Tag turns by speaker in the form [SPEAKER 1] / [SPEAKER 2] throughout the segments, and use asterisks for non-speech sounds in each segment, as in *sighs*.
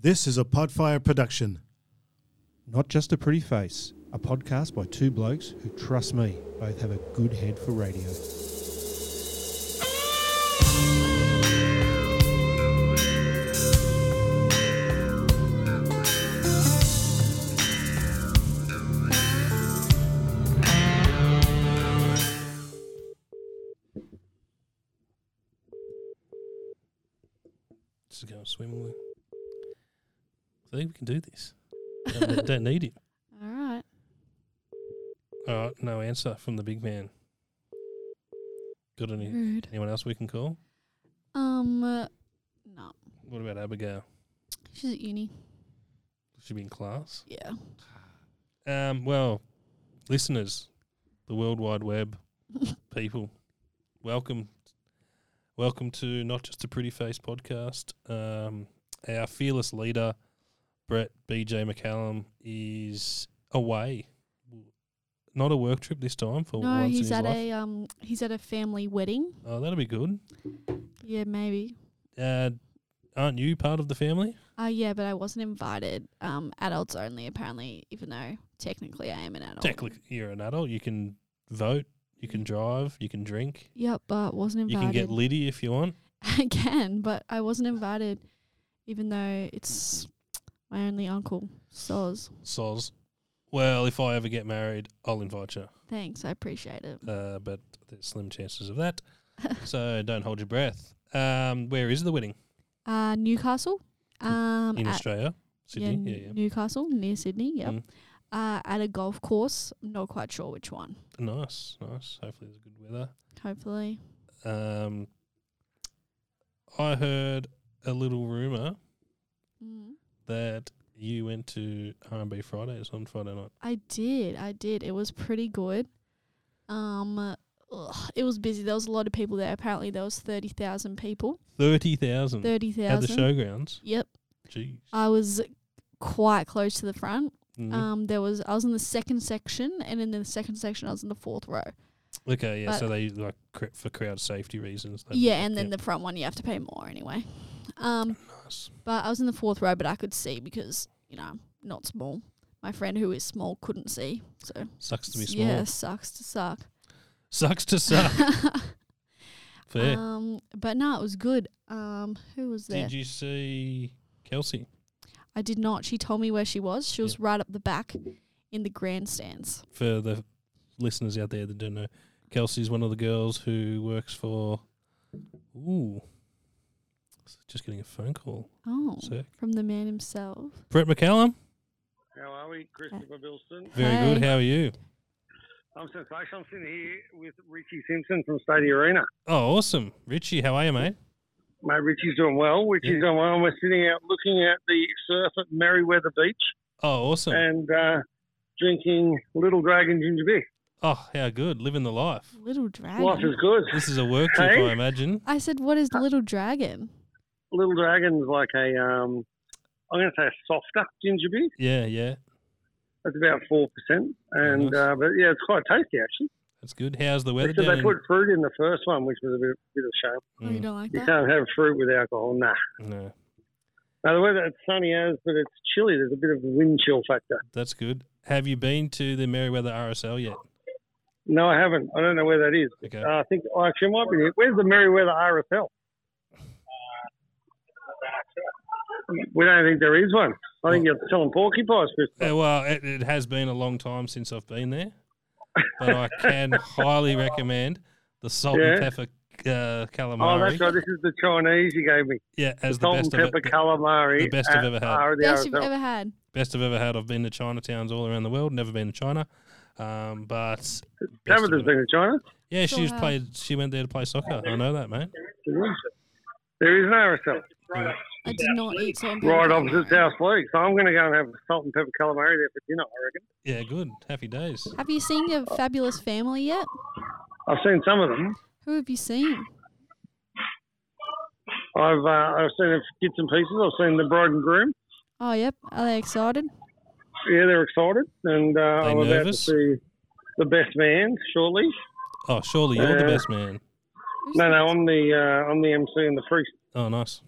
[SPEAKER 1] This is a Podfire production.
[SPEAKER 2] Not just a pretty face, a podcast by two blokes who, trust me, both have a good head for radio.
[SPEAKER 3] This is going swimmingly. I think we can do this. Don't, don't need it.
[SPEAKER 4] All right.
[SPEAKER 3] All right, no answer from the big man. Got any
[SPEAKER 4] Rude.
[SPEAKER 3] anyone else we can call?
[SPEAKER 4] Um, uh, no.
[SPEAKER 3] What about Abigail?
[SPEAKER 4] She's at uni.
[SPEAKER 3] Should she be in class?
[SPEAKER 4] Yeah. *laughs*
[SPEAKER 3] Um, well, listeners, the World Wide Web people, welcome, welcome to not just a pretty face podcast. Um, our fearless leader, Brett BJ McCallum, is away. Not a work trip this time for
[SPEAKER 4] No,
[SPEAKER 3] once in
[SPEAKER 4] he's
[SPEAKER 3] his
[SPEAKER 4] at
[SPEAKER 3] life.
[SPEAKER 4] a um, he's at a family wedding.
[SPEAKER 3] oh, that'll be good.
[SPEAKER 4] Yeah, maybe.
[SPEAKER 3] Uh, aren't you part of the family?
[SPEAKER 4] Uh, yeah, but I wasn't invited. Um, adults only apparently, even though technically I am an adult.
[SPEAKER 3] Technically, you're an adult. You can vote. You can drive. You can drink.
[SPEAKER 4] Yep, but wasn't
[SPEAKER 3] You can
[SPEAKER 4] invited.
[SPEAKER 3] get Liddy if you want.
[SPEAKER 4] *laughs* I can, but I wasn't invited, even though it's my only uncle. Soz.
[SPEAKER 3] Soz. Well, if I ever get married, I'll invite you.
[SPEAKER 4] Thanks, I appreciate it.
[SPEAKER 3] Uh, but there's slim chances of that. *laughs* so don't hold your breath. Um, where is the wedding?
[SPEAKER 4] Uh, Newcastle. Um,
[SPEAKER 3] In
[SPEAKER 4] at-
[SPEAKER 3] Australia?
[SPEAKER 4] yeah,
[SPEAKER 3] Sydney? Yeah, yeah.
[SPEAKER 4] Newcastle near Sydney. Yep.
[SPEAKER 3] Mm.
[SPEAKER 4] Uh, at a golf course. I'm not quite sure which one.
[SPEAKER 3] Nice, nice. Hopefully there's good weather.
[SPEAKER 4] Hopefully.
[SPEAKER 3] Um, I heard a little rumour
[SPEAKER 4] Mm.
[SPEAKER 3] that you went to R&B Fridays on Friday night.
[SPEAKER 4] I did. I did. It was pretty good. Um, ugh, it was busy. There was a lot of people there. Apparently, there was thirty thousand people.
[SPEAKER 3] 30,000
[SPEAKER 4] Thirty
[SPEAKER 3] at Mm. the
[SPEAKER 4] thousand.
[SPEAKER 3] showgrounds.
[SPEAKER 4] Yep.
[SPEAKER 3] Jeez.
[SPEAKER 4] I was quite close to the front.
[SPEAKER 3] Mm.
[SPEAKER 4] Um, there was I was in the second section, and in the second section, I was in the fourth row.
[SPEAKER 3] okay, yeah.
[SPEAKER 4] but-
[SPEAKER 3] So they like cr- for crowd safety reasons. they-
[SPEAKER 4] yeah, and then the front one you have to pay more anyway. Um,
[SPEAKER 3] Nice.
[SPEAKER 4] but I was in the fourth row, but I could see because you know I'm not small. My friend who is small couldn't see, so
[SPEAKER 3] Sucks to be small.
[SPEAKER 4] yeah, sucks to suck.
[SPEAKER 3] Sucks to
[SPEAKER 4] *laughs*
[SPEAKER 3] suck. Fair.
[SPEAKER 4] Um, but no, it was good. Um, who was there?
[SPEAKER 3] Did you see Kelsey?
[SPEAKER 4] I did not. She told me where she was. She
[SPEAKER 3] Yeah.
[SPEAKER 4] was right up the back in the grandstands.
[SPEAKER 3] For the listeners out there that don't know, Kelsey's one of the girls who works for. Ooh. Just getting a phone call.
[SPEAKER 4] Oh,
[SPEAKER 3] Sick.
[SPEAKER 4] from the man himself.
[SPEAKER 3] Brett McCallum,
[SPEAKER 5] How are we, Christopher Bilston?
[SPEAKER 3] very
[SPEAKER 4] Hey.
[SPEAKER 3] good. How are you?
[SPEAKER 5] I'm sensational. I'm sitting here with Richie Simpson from Stady Arena.
[SPEAKER 3] Oh, awesome. Richie, how are you, mate?
[SPEAKER 5] Mate, Richie's doing well. Richie's
[SPEAKER 3] Yeah.
[SPEAKER 5] doing well. And we're sitting out looking at the surf at Merriweather Beach
[SPEAKER 3] Oh, awesome.
[SPEAKER 5] and uh, drinking Little Dragon ginger beer.
[SPEAKER 3] Oh, how good. Living the life.
[SPEAKER 4] Little dragon.
[SPEAKER 5] Life is good.
[SPEAKER 3] This is a work trip,
[SPEAKER 5] Hey.
[SPEAKER 3] I imagine.
[SPEAKER 4] I said, "What is the little dragon?"
[SPEAKER 5] Little Dragon's like a, um, I'm going to say a softer ginger beer.
[SPEAKER 3] Yeah, yeah.
[SPEAKER 5] That's about 4%. And,
[SPEAKER 3] Nice.
[SPEAKER 5] uh, but yeah, it's quite tasty actually.
[SPEAKER 3] That's good. How's the weather
[SPEAKER 5] Because
[SPEAKER 3] down
[SPEAKER 5] they
[SPEAKER 3] in-
[SPEAKER 5] put fruit in the first one, which was a bit, bit of a shame.
[SPEAKER 4] Oh, you
[SPEAKER 3] Mm,
[SPEAKER 4] don't like
[SPEAKER 5] You
[SPEAKER 4] that?
[SPEAKER 5] can't have fruit with alcohol, nah.
[SPEAKER 3] no,
[SPEAKER 5] Now, the weather, it's sunny as, but it's chilly. There's a bit of wind chill factor.
[SPEAKER 3] that's good. Have you been to the Merriweather RSL yet?
[SPEAKER 5] No, I haven't. I don't know where that is.
[SPEAKER 3] Okay.
[SPEAKER 5] Uh, I think oh, actually it might be. Here. Where's the Merriweather RSL? We don't think there is one. I think you're selling porcupines, Chris.
[SPEAKER 3] Uh, well, it, it has been a long time since I've been there, but I
[SPEAKER 5] *laughs*
[SPEAKER 3] can highly recommend the salt and
[SPEAKER 5] Yeah.
[SPEAKER 3] pepper uh, calamari.
[SPEAKER 5] Oh, that's right. This is the Chinese you gave me.
[SPEAKER 3] Yeah, as the
[SPEAKER 5] Salt
[SPEAKER 3] best
[SPEAKER 5] and
[SPEAKER 3] of
[SPEAKER 5] pepper
[SPEAKER 3] it,
[SPEAKER 5] calamari.
[SPEAKER 3] the best I've
[SPEAKER 5] at-
[SPEAKER 3] ever had.
[SPEAKER 5] are the
[SPEAKER 4] Best you've
[SPEAKER 5] RSL.
[SPEAKER 4] ever had.
[SPEAKER 3] best I've ever had. I've been to Chinatowns all around the world. Never been to China, um, but best I've ever-
[SPEAKER 5] Tabitha's been to China.
[SPEAKER 3] yeah,
[SPEAKER 4] Sure
[SPEAKER 3] she was
[SPEAKER 4] have.
[SPEAKER 3] played. She went there to play soccer. I know that, mate.
[SPEAKER 5] There is an RSL
[SPEAKER 3] Yeah.
[SPEAKER 4] I did not eat salt and pepper.
[SPEAKER 5] right opposite
[SPEAKER 4] calamari.
[SPEAKER 5] South League. So I'm going to go and have a salt and pepper calamari there for dinner, I reckon.
[SPEAKER 3] Yeah, good. Happy days.
[SPEAKER 4] Have you seen your fabulous family yet?
[SPEAKER 5] I've seen some of them.
[SPEAKER 4] Who have you seen?
[SPEAKER 5] I've uh, I've seen bits and pieces. I've seen the bride and groom.
[SPEAKER 4] Oh, yep. Are they excited?
[SPEAKER 5] Yeah, they're excited, and uh, I'm about to
[SPEAKER 3] nervous?
[SPEAKER 5] see the best man shortly.
[SPEAKER 3] Oh, surely you're the
[SPEAKER 5] Uh,
[SPEAKER 3] best man.
[SPEAKER 4] Who's
[SPEAKER 5] No,
[SPEAKER 4] the-
[SPEAKER 5] no, I'm the uh, I'm the MC and the priest,
[SPEAKER 3] Oh, nice.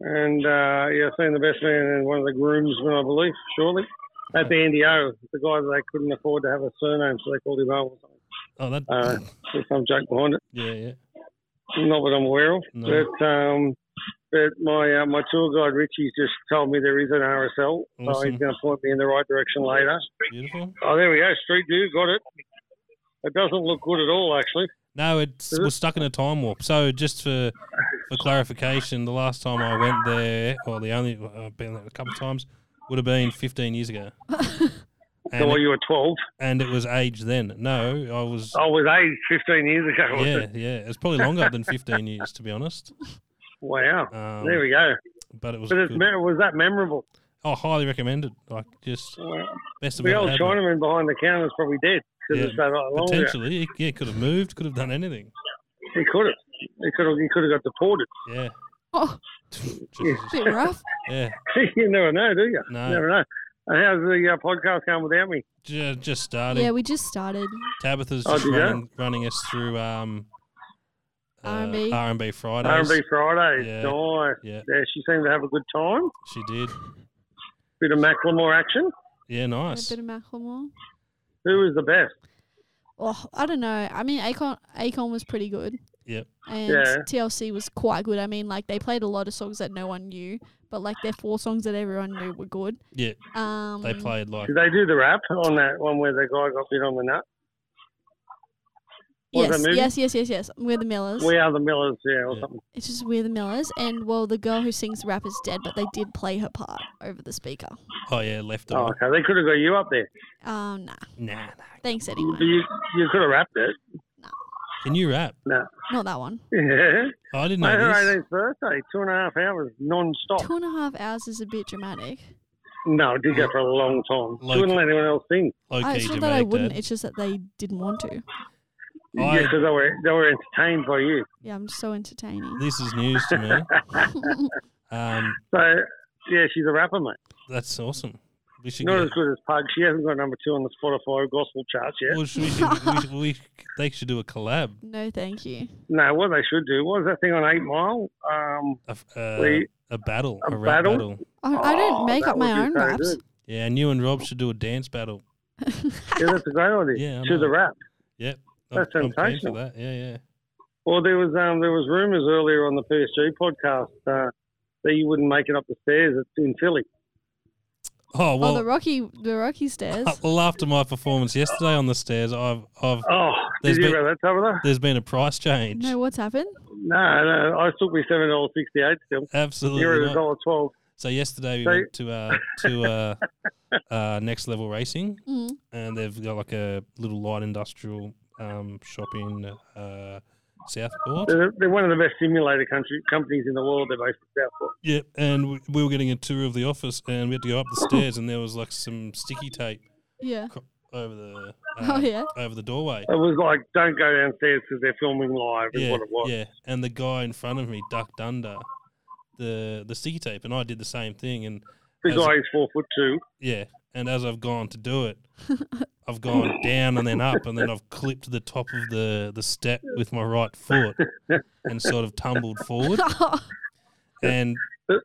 [SPEAKER 5] and uh, yeah, seen the best man and one of the groomsmen, I believe, surely at the NDO. The guy that they couldn't afford to have a surname, so they called him Owen.
[SPEAKER 3] Oh, that.
[SPEAKER 5] Uh, there's some joke behind it,
[SPEAKER 3] *clears throat* yeah, yeah.
[SPEAKER 5] not what I'm aware of.
[SPEAKER 3] No.
[SPEAKER 5] But um, but my uh, my tour guide Richie's just told me there is an RSL, so
[SPEAKER 3] Awesome.
[SPEAKER 5] he's going to point me in the right direction later.
[SPEAKER 3] Beautiful.
[SPEAKER 5] Oh, there we go, Street View, got it. It doesn't look good at all, actually.
[SPEAKER 3] No, it's
[SPEAKER 5] Is it-
[SPEAKER 3] we're stuck in a time warp. So just for for clarification, the last time I went there, or the only I've been there a couple of times, would have been 15 years ago.
[SPEAKER 5] So
[SPEAKER 3] And
[SPEAKER 5] while
[SPEAKER 3] it,
[SPEAKER 5] you Oh, were 12,
[SPEAKER 3] and it was age then. No, I was.
[SPEAKER 5] I was age 15 years ago. *laughs* was
[SPEAKER 3] Yeah,
[SPEAKER 5] it?
[SPEAKER 3] yeah. It's probably longer than 15 years, to be honest.
[SPEAKER 5] Wow.
[SPEAKER 3] Um,
[SPEAKER 5] there we go.
[SPEAKER 3] But it was.
[SPEAKER 5] But it's,
[SPEAKER 3] good.
[SPEAKER 5] me- was that memorable?
[SPEAKER 3] oh, highly recommended. Like just
[SPEAKER 5] Wow.
[SPEAKER 3] best of
[SPEAKER 5] The old
[SPEAKER 3] it.
[SPEAKER 5] Chinaman behind the counter is probably dead because
[SPEAKER 3] Yeah,
[SPEAKER 5] it's so long ago.
[SPEAKER 3] Potentially, yeah, could have moved, could have done anything.
[SPEAKER 5] He could have. He could have. He could have got deported. *laughs*
[SPEAKER 3] Yeah. *laughs*
[SPEAKER 4] *laughs* Oh,
[SPEAKER 3] Jesus.
[SPEAKER 4] bit
[SPEAKER 3] *laughs*
[SPEAKER 4] rough.
[SPEAKER 3] Yeah.
[SPEAKER 5] you never know, do you?
[SPEAKER 3] No.
[SPEAKER 5] Never know. And how's the uh, podcast going without me?
[SPEAKER 3] Ju- Just starting.
[SPEAKER 4] yeah, we just started.
[SPEAKER 3] Tabitha's
[SPEAKER 5] Oh,
[SPEAKER 3] just
[SPEAKER 5] did ya?
[SPEAKER 3] running, running us through um, uh,
[SPEAKER 4] R&B.
[SPEAKER 3] R&B Fridays.
[SPEAKER 5] R&B Fridays.
[SPEAKER 3] Oh, Yeah.
[SPEAKER 5] Nice.
[SPEAKER 3] Yeah,
[SPEAKER 5] Yeah, she seemed to have a good time.
[SPEAKER 3] she did.
[SPEAKER 5] Bit of Macklemore action.
[SPEAKER 3] Yeah, nice.
[SPEAKER 4] A bit of Macklemore.
[SPEAKER 5] Who was the best?
[SPEAKER 4] Oh, I don't know. I mean, Akon Akon was pretty good.
[SPEAKER 3] Yep.
[SPEAKER 4] And
[SPEAKER 5] Yeah.
[SPEAKER 4] TLC was quite good. I mean, like they played a lot of songs that no one knew, but like their four songs that everyone knew were good.
[SPEAKER 3] Yeah,
[SPEAKER 4] Um,
[SPEAKER 3] they played like
[SPEAKER 5] Did they do the rap on that one where the guy got bit on the nut? was that
[SPEAKER 4] Yes,
[SPEAKER 5] movie?
[SPEAKER 4] yes, yes, yes, yes. We're the Millers.
[SPEAKER 5] We are the Millers, yeah, or
[SPEAKER 3] Yeah.
[SPEAKER 5] something.
[SPEAKER 4] it's just We're the Millers, and well, the girl who sings rap is dead, but they did play her part over the speaker.
[SPEAKER 3] oh yeah, left
[SPEAKER 5] Oh,
[SPEAKER 3] on.
[SPEAKER 5] okay. They could have got you up there.
[SPEAKER 4] Um, nah,
[SPEAKER 3] Nah, nah.
[SPEAKER 4] thanks
[SPEAKER 5] You,
[SPEAKER 4] anyway.
[SPEAKER 5] you, you could have rapped it.
[SPEAKER 3] Can you rap? *laughs*
[SPEAKER 4] Not that one.
[SPEAKER 5] Yeah.
[SPEAKER 3] Oh, I didn't
[SPEAKER 5] Mate,
[SPEAKER 3] know
[SPEAKER 5] her
[SPEAKER 3] this.
[SPEAKER 5] 18th birthday, two and a half hours non-stop.
[SPEAKER 4] Two and a half hours is a bit dramatic.
[SPEAKER 5] No, it did go for a long time.
[SPEAKER 3] Low
[SPEAKER 5] She wouldn't let anyone else sing.
[SPEAKER 3] Low
[SPEAKER 4] I,
[SPEAKER 3] key
[SPEAKER 4] it's not that I
[SPEAKER 3] dramatic,
[SPEAKER 4] wouldn't.
[SPEAKER 3] Dad.
[SPEAKER 4] It's just that they didn't want to.
[SPEAKER 5] Yeah,
[SPEAKER 3] I-
[SPEAKER 5] 'cause they were they were entertained by you.
[SPEAKER 4] Yeah, I'm just so entertaining.
[SPEAKER 3] This is news to me.
[SPEAKER 4] *laughs*
[SPEAKER 3] Um,
[SPEAKER 5] So yeah, she's a rapper, mate.
[SPEAKER 3] that's awesome. We should
[SPEAKER 5] Not
[SPEAKER 3] get.
[SPEAKER 5] as good as Pug. She hasn't got number two on the Spotify gospel charts yet.
[SPEAKER 3] Well, should we, should, we, should, *laughs* we, they should do a collab.
[SPEAKER 4] no, thank you.
[SPEAKER 5] No, what they should do what was that thing on Eight Mile?
[SPEAKER 3] *laughs*
[SPEAKER 5] Um,
[SPEAKER 3] A, f- uh,
[SPEAKER 5] We-
[SPEAKER 3] a battle,
[SPEAKER 5] a
[SPEAKER 3] a, rap
[SPEAKER 5] battle?
[SPEAKER 3] battle?
[SPEAKER 4] I, I
[SPEAKER 5] Oh,
[SPEAKER 4] don't make
[SPEAKER 5] that
[SPEAKER 4] up
[SPEAKER 5] would
[SPEAKER 4] my
[SPEAKER 5] be
[SPEAKER 4] own
[SPEAKER 5] so
[SPEAKER 4] raps.
[SPEAKER 5] good.
[SPEAKER 3] Yeah, and you and Rob should do a dance battle.
[SPEAKER 5] yeah, that's a great
[SPEAKER 3] Yeah,
[SPEAKER 5] idea.
[SPEAKER 3] I
[SPEAKER 5] to the
[SPEAKER 3] know.
[SPEAKER 5] rap.
[SPEAKER 3] Yep.
[SPEAKER 5] That's
[SPEAKER 3] I'm, I'm keen for
[SPEAKER 5] sensational.
[SPEAKER 3] that. Yeah, yeah.
[SPEAKER 5] Well, there was um, there was rumours earlier on the PSG podcast uh, that you wouldn't make it up the stairs in Philly.
[SPEAKER 3] Oh well.
[SPEAKER 4] oh, the Rocky, the
[SPEAKER 3] *laughs*
[SPEAKER 4] Rocky stairs.
[SPEAKER 3] Uh,
[SPEAKER 4] *laughs*
[SPEAKER 3] Well, after my performance yesterday on the stairs, I've, I've
[SPEAKER 5] Oh,
[SPEAKER 3] There's
[SPEAKER 5] did you
[SPEAKER 3] been-
[SPEAKER 5] hear about that, Tabitha?
[SPEAKER 3] there's been a price change.
[SPEAKER 4] No, what's happened?
[SPEAKER 5] No, no, I took me seven dollars sixty eight still. You're
[SPEAKER 3] Absolutely
[SPEAKER 5] at a
[SPEAKER 3] not.
[SPEAKER 5] dollar twelve.
[SPEAKER 3] So yesterday we
[SPEAKER 5] Oh. So-
[SPEAKER 3] went to uh, to uh, uh, Next Level Racing,
[SPEAKER 4] Mm.
[SPEAKER 3] and they've got like a little light industrial um, shop in uh, Southport.
[SPEAKER 5] They're, they're one of the best simulator country companies in the world. They're based in Southport.
[SPEAKER 3] Yep, and we, we were getting a tour of the office, and we had to go up the stairs, and there was like some sticky tape
[SPEAKER 4] Yeah.
[SPEAKER 3] over the
[SPEAKER 4] *laughs* Oh
[SPEAKER 3] uh,
[SPEAKER 4] yeah.
[SPEAKER 3] over the doorway.
[SPEAKER 5] It was like, don't go downstairs because they're filming live. Is
[SPEAKER 3] Yeah,
[SPEAKER 5] what it was.
[SPEAKER 3] yeah, and the guy in front of me ducked under the the sticky tape, and I did the same thing, and
[SPEAKER 5] The
[SPEAKER 3] As-
[SPEAKER 5] guy is four foot two.
[SPEAKER 3] Yeah, and as I've gone to do it, I've gone down and then up, and then I've clipped the top of the the step with my right foot and sort of tumbled forward. And
[SPEAKER 5] It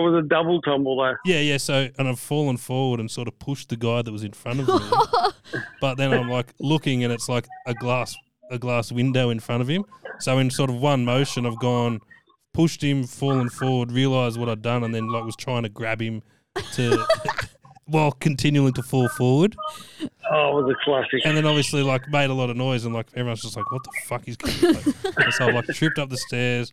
[SPEAKER 5] was a double tumble though.
[SPEAKER 3] yeah, yeah. So and I've fallen forward and sort of pushed the guy that was in front of me. But then I'm like looking, and it's like a glass a glass window in front of him. So in sort of one motion, I've gone pushed him, fallen forward, realised what I'd done, and then like was trying to grab him to. *laughs* While continuing to fall forward,
[SPEAKER 5] Oh, it was a classic.
[SPEAKER 3] and then obviously like made a lot of noise and like everyone's just like what the fuck is going on And so I like tripped up the stairs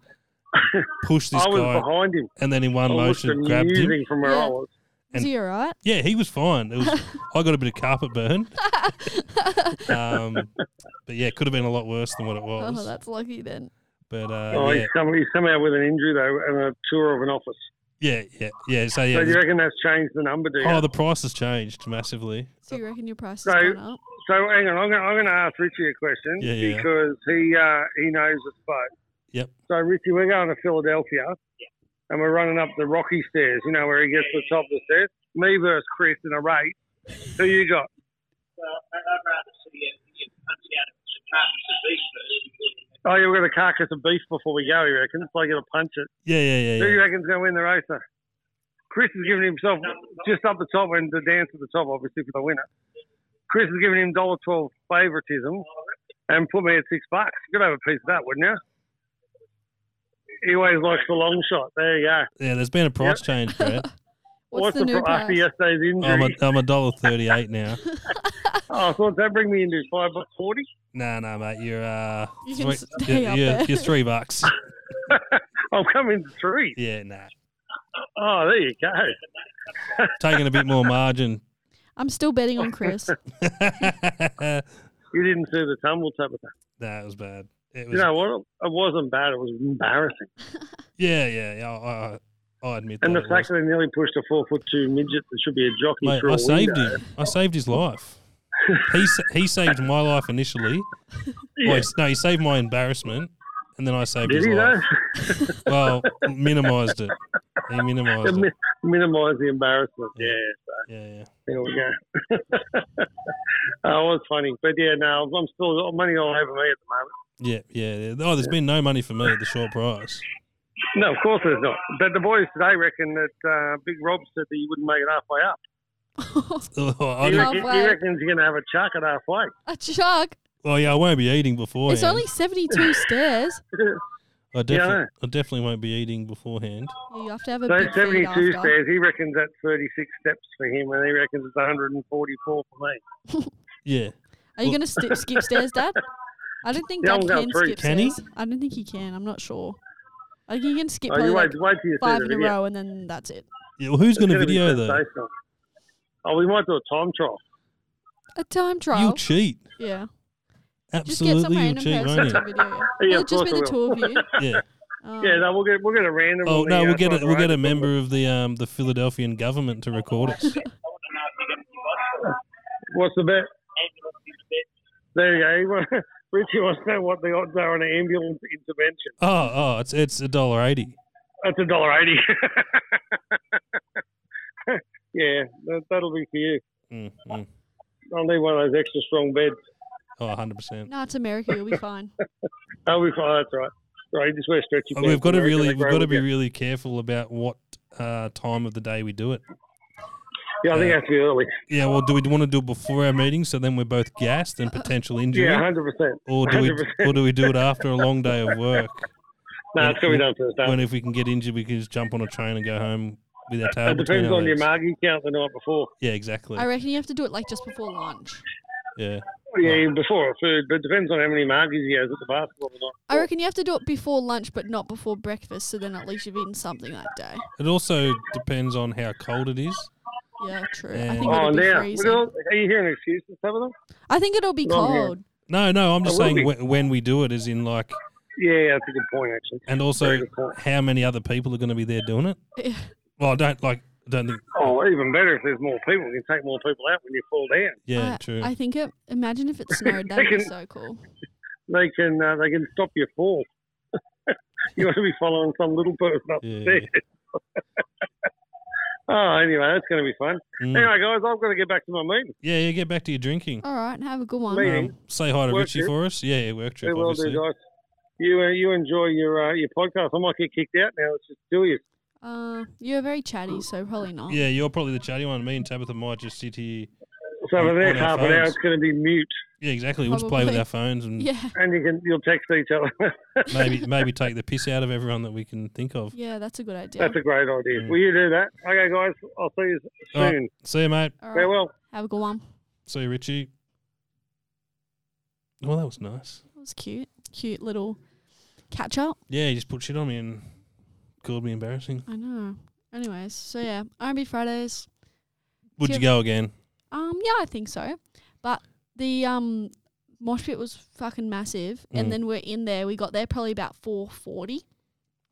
[SPEAKER 3] pushed this
[SPEAKER 5] I was
[SPEAKER 3] guy
[SPEAKER 5] behind him.
[SPEAKER 3] and then in one
[SPEAKER 5] I looked
[SPEAKER 3] motion grabbed him
[SPEAKER 5] amusing from where I
[SPEAKER 4] Yeah.
[SPEAKER 5] was.
[SPEAKER 4] Is
[SPEAKER 3] and-
[SPEAKER 4] he alright?
[SPEAKER 3] yeah he was fine it was *laughs* I got a bit of carpet burn *laughs* um, but yeah it could have been a lot worse than what it
[SPEAKER 4] Oh,
[SPEAKER 3] was
[SPEAKER 4] that's lucky then.
[SPEAKER 3] but uh,
[SPEAKER 5] Oh,
[SPEAKER 3] yeah,
[SPEAKER 5] he's come. He's come out with an injury though, and a tour of an office.
[SPEAKER 3] yeah yeah yeah so
[SPEAKER 5] so
[SPEAKER 3] yeah
[SPEAKER 5] do you
[SPEAKER 3] the-
[SPEAKER 5] reckon that's changed the number, do you?
[SPEAKER 3] oh the price has changed massively
[SPEAKER 4] So you reckon your price
[SPEAKER 5] So-
[SPEAKER 4] has gone up?
[SPEAKER 5] so hang on, I'm going, I'm going to ask Richie a question
[SPEAKER 3] Yeah, yeah.
[SPEAKER 5] because he uh, he knows us both.
[SPEAKER 3] Yep.
[SPEAKER 5] So Richie, we're going to Philadelphia, and we're running up the rocky stairs. You know where he gets to the top of the stairs. Me versus Chris in a race. Who you got?
[SPEAKER 6] Well, I'd rather see it get punched out of the traffic of these first.
[SPEAKER 5] Oh, yeah, we've got a carcass of beef before we go, you reckon? So I got to punch it.
[SPEAKER 3] Yeah, yeah,
[SPEAKER 5] Who do
[SPEAKER 3] yeah.
[SPEAKER 5] you
[SPEAKER 3] yeah.
[SPEAKER 5] reckon's going to win the racer? Chris is giving himself just up the top and the dance at the top, obviously, for the winner. Chris is giving him dollar twelve favouritism and put me at six bucks. You could have a piece of that, wouldn't you? He always likes the long shot. There you go.
[SPEAKER 3] Yeah, there's been a price change,
[SPEAKER 5] *laughs*
[SPEAKER 3] Brad.
[SPEAKER 4] What's, the, new
[SPEAKER 5] pro-
[SPEAKER 4] price?
[SPEAKER 5] after yesterday's
[SPEAKER 3] I'm a
[SPEAKER 5] injury?
[SPEAKER 3] I'm a dollar thirty eight now.
[SPEAKER 5] oh, I thought that bring me into five bucks forty.
[SPEAKER 3] No, no, mate, you're uh,
[SPEAKER 4] You can
[SPEAKER 3] three-
[SPEAKER 4] stay
[SPEAKER 3] you're,
[SPEAKER 4] up
[SPEAKER 3] you're,
[SPEAKER 4] there.
[SPEAKER 3] you're three
[SPEAKER 5] *laughs*
[SPEAKER 3] bucks.
[SPEAKER 5] I'll come in three.
[SPEAKER 3] Yeah, nah.
[SPEAKER 5] Oh, there you go.
[SPEAKER 3] Taking a bit more
[SPEAKER 4] *laughs*
[SPEAKER 3] margin. *laughs*
[SPEAKER 4] I'm still betting on Chris.
[SPEAKER 3] nah,
[SPEAKER 5] You didn't see the tumble tap.
[SPEAKER 3] it was bad. It
[SPEAKER 5] You
[SPEAKER 3] was,
[SPEAKER 5] know what? It wasn't bad. It was embarrassing.
[SPEAKER 3] yeah, yeah, yeah. I, I, I admit
[SPEAKER 5] And
[SPEAKER 3] that.
[SPEAKER 5] the
[SPEAKER 3] it was.
[SPEAKER 5] fact that he nearly pushed a four foot two midget that should be a jockey
[SPEAKER 3] Mate,
[SPEAKER 5] through
[SPEAKER 3] I
[SPEAKER 5] a
[SPEAKER 3] saved
[SPEAKER 5] window.
[SPEAKER 3] him. I saved his life. He sa- he saved my life initially.
[SPEAKER 5] Yeah.
[SPEAKER 3] Well, he- no, he saved my embarrassment, and then I saved
[SPEAKER 5] Did
[SPEAKER 3] his
[SPEAKER 5] he
[SPEAKER 3] life.
[SPEAKER 5] *laughs* though?
[SPEAKER 3] Well, minimised it. He minimised
[SPEAKER 5] Mi-
[SPEAKER 3] it.
[SPEAKER 5] minimise the embarrassment. Yeah,
[SPEAKER 3] Yeah.
[SPEAKER 5] so
[SPEAKER 3] Yeah, yeah.
[SPEAKER 5] there we go. *laughs* oh, it was funny, but yeah, no, I'm still money all over me at the moment.
[SPEAKER 3] Yeah, yeah. yeah. Oh, there's been no money for me at the short price. *laughs*
[SPEAKER 5] No, of course there's not. But the boys today reckon that uh, Big Rob said that he wouldn't make it halfway up.
[SPEAKER 3] Oh, I
[SPEAKER 5] He,
[SPEAKER 3] didn't-
[SPEAKER 5] reckon, he
[SPEAKER 4] Halfway.
[SPEAKER 5] reckons he's going to have a chuck at halfway.
[SPEAKER 4] a shark.
[SPEAKER 3] oh, yeah, I won't be eating beforehand.
[SPEAKER 4] It's only 72 stairs.
[SPEAKER 3] I definitely,
[SPEAKER 5] know.
[SPEAKER 3] I definitely won't be eating beforehand.
[SPEAKER 4] You have to have a
[SPEAKER 5] So
[SPEAKER 4] big feed
[SPEAKER 5] 72
[SPEAKER 4] after.
[SPEAKER 5] says he reckons that's 36 steps for him, and he reckons it's 144 for me.
[SPEAKER 3] Yeah,
[SPEAKER 4] Are you going to st- skip stairs, Dad? I don't think
[SPEAKER 5] Yeah, I'm
[SPEAKER 4] Dad
[SPEAKER 5] going
[SPEAKER 4] can
[SPEAKER 5] through.
[SPEAKER 4] skip
[SPEAKER 3] Can he?
[SPEAKER 4] stairs. I don't think he can. I'm not sure. I think he can skip
[SPEAKER 5] oh,
[SPEAKER 4] probably
[SPEAKER 5] you wait,
[SPEAKER 4] like
[SPEAKER 5] wait till you see
[SPEAKER 4] five
[SPEAKER 5] the
[SPEAKER 4] in a
[SPEAKER 5] video.
[SPEAKER 4] row and then that's it.
[SPEAKER 3] yeah. Well, who's
[SPEAKER 5] It's
[SPEAKER 3] going to
[SPEAKER 5] gonna be
[SPEAKER 3] video though?
[SPEAKER 5] sensational. Oh, we might do a time trial.
[SPEAKER 4] A time
[SPEAKER 3] You'll
[SPEAKER 4] trial.
[SPEAKER 3] cheat.
[SPEAKER 4] yeah. Just get some
[SPEAKER 3] Absolutely, you'll
[SPEAKER 4] random
[SPEAKER 3] cheat,
[SPEAKER 4] person
[SPEAKER 3] won't
[SPEAKER 4] to video.
[SPEAKER 5] Yeah,
[SPEAKER 4] you. Will
[SPEAKER 5] of
[SPEAKER 4] it just
[SPEAKER 5] course
[SPEAKER 4] be
[SPEAKER 5] I
[SPEAKER 4] the
[SPEAKER 5] will.
[SPEAKER 4] two of
[SPEAKER 5] *laughs*
[SPEAKER 4] you?
[SPEAKER 3] you? Yeah.
[SPEAKER 4] Um,
[SPEAKER 5] Yeah, no, we'll get we'll get a random.
[SPEAKER 3] Oh
[SPEAKER 5] on the,
[SPEAKER 3] no,
[SPEAKER 5] uh,
[SPEAKER 3] we'll get
[SPEAKER 5] Soccer
[SPEAKER 3] a, we'll get a
[SPEAKER 5] Oasis.
[SPEAKER 3] member of the um the Philadelphian government to
[SPEAKER 4] Oh,
[SPEAKER 3] record us.
[SPEAKER 5] What's the bet? There you go. *laughs* Richie wants to know what the odds are on an ambulance intervention.
[SPEAKER 3] Oh, oh, it's it's a dollar eighty.
[SPEAKER 5] That's a dollar eighty. *laughs* Yeah, that, that'll be for you.
[SPEAKER 3] Mm, mm.
[SPEAKER 5] I'll need one of those extra strong beds.
[SPEAKER 3] Oh, 100 percent.
[SPEAKER 4] No, it's America.
[SPEAKER 5] *laughs*
[SPEAKER 4] You'll be fine.
[SPEAKER 5] Oh, we oh, that's right. Right, you just wear stretchy pants.
[SPEAKER 3] Oh, We've got to
[SPEAKER 5] American,
[SPEAKER 3] really
[SPEAKER 5] they
[SPEAKER 3] we've
[SPEAKER 5] grow
[SPEAKER 3] got to
[SPEAKER 5] with
[SPEAKER 3] be
[SPEAKER 5] you.
[SPEAKER 3] really careful about what uh, time of the day we do it.
[SPEAKER 5] Yeah, I think it has to be early.
[SPEAKER 3] Yeah, well, do we want to do it before our meeting so then we're both gassed and potential injury,
[SPEAKER 5] Yeah, hundred percent.
[SPEAKER 3] or do we
[SPEAKER 5] 100%.
[SPEAKER 3] or do we do it after a long day of
[SPEAKER 5] *laughs*
[SPEAKER 3] work?
[SPEAKER 5] No,
[SPEAKER 3] When-
[SPEAKER 5] it's gonna be done for the start.
[SPEAKER 3] When if we can get injured, we can just jump on a train and go home with our tail
[SPEAKER 5] It
[SPEAKER 3] between
[SPEAKER 5] depends
[SPEAKER 3] our
[SPEAKER 5] on your
[SPEAKER 3] legs.
[SPEAKER 5] margie count the night before.
[SPEAKER 3] Yeah, exactly.
[SPEAKER 4] I reckon you have to do it like just before lunch.
[SPEAKER 3] Yeah,
[SPEAKER 5] Yeah, before food, but it depends on how many margies he has at the basketball or not.
[SPEAKER 4] I reckon you have to do it before lunch, but not before breakfast. So then at least you've eaten something that day.
[SPEAKER 3] it also depends on how cold it is.
[SPEAKER 4] Yeah, true.
[SPEAKER 3] Yeah.
[SPEAKER 4] I think
[SPEAKER 5] Oh,
[SPEAKER 4] it'll be
[SPEAKER 5] now
[SPEAKER 4] freezing.
[SPEAKER 5] Look at all- are you hearing excuses, Tabitha?
[SPEAKER 4] I think it'll be
[SPEAKER 5] Not here.
[SPEAKER 4] cold.
[SPEAKER 3] No, no, I'm just
[SPEAKER 5] It will
[SPEAKER 3] saying
[SPEAKER 5] be.
[SPEAKER 3] wh- when we do it is in like,
[SPEAKER 5] Yeah, that's a good point actually.
[SPEAKER 3] and also
[SPEAKER 5] Very good point.
[SPEAKER 3] how many other people are going to be there doing it.
[SPEAKER 4] Yeah.
[SPEAKER 3] Well, I don't like, I don't think.
[SPEAKER 5] Oh, even better if there's more people. You can take more people out when you fall down.
[SPEAKER 3] Yeah,
[SPEAKER 4] I,
[SPEAKER 3] true.
[SPEAKER 4] Uh, I think it. Imagine if it snowed. That'd be
[SPEAKER 5] Second.
[SPEAKER 4] so cool.
[SPEAKER 5] They can uh, they can stop your fall. *laughs* you want to be following some little person upstairs. *laughs* oh, anyway, that's going to be fun.
[SPEAKER 3] Mm.
[SPEAKER 5] Anyway, guys, I've got to get back to my meeting.
[SPEAKER 3] Yeah, yeah. Get back to your drinking.
[SPEAKER 4] All right, have a good one.
[SPEAKER 5] Me.
[SPEAKER 3] Um, say hi to
[SPEAKER 5] Work
[SPEAKER 3] Richie
[SPEAKER 5] trip.
[SPEAKER 3] for us. Yeah, yeah, work trip.
[SPEAKER 5] It will do,
[SPEAKER 3] obviously.
[SPEAKER 5] guys. You uh, you enjoy your uh, your podcast. I might get kicked out now. Let's just do it.
[SPEAKER 4] Uh, you're very chatty, so probably not.
[SPEAKER 3] Yeah, you're probably the chatty one. Me and Tabitha might just sit here.
[SPEAKER 5] So
[SPEAKER 3] On-
[SPEAKER 5] for the
[SPEAKER 3] on
[SPEAKER 5] next
[SPEAKER 3] our
[SPEAKER 5] half an hour,
[SPEAKER 3] phones.
[SPEAKER 5] it's going to be mute,
[SPEAKER 3] Yeah, exactly. We'll just play with
[SPEAKER 4] Probably.
[SPEAKER 3] our phones and
[SPEAKER 4] Yeah,
[SPEAKER 5] and you can you'll text each other.
[SPEAKER 4] *laughs*
[SPEAKER 5] *laughs*
[SPEAKER 3] maybe maybe take the piss out of everyone that we can think of.
[SPEAKER 4] yeah, that's a good idea.
[SPEAKER 5] That's a great idea.
[SPEAKER 3] Mm.
[SPEAKER 5] Will you do that? Okay, guys, I'll see you soon.
[SPEAKER 3] All right. See you, mate.
[SPEAKER 4] All right,
[SPEAKER 5] Farewell.
[SPEAKER 4] have a good one.
[SPEAKER 3] See you, Richie. Well, that was nice.
[SPEAKER 4] That was cute, cute little catch up.
[SPEAKER 3] Yeah, he just put shit on me and called me embarrassing.
[SPEAKER 4] I know. Anyways, so yeah, R&B Fridays.
[SPEAKER 3] Would
[SPEAKER 4] Yeah.
[SPEAKER 3] you go again?
[SPEAKER 4] Um, yeah, I think so. But the um mosh pit was fucking massive,
[SPEAKER 3] Mm.
[SPEAKER 4] and then we're in there. We got there probably about four forty.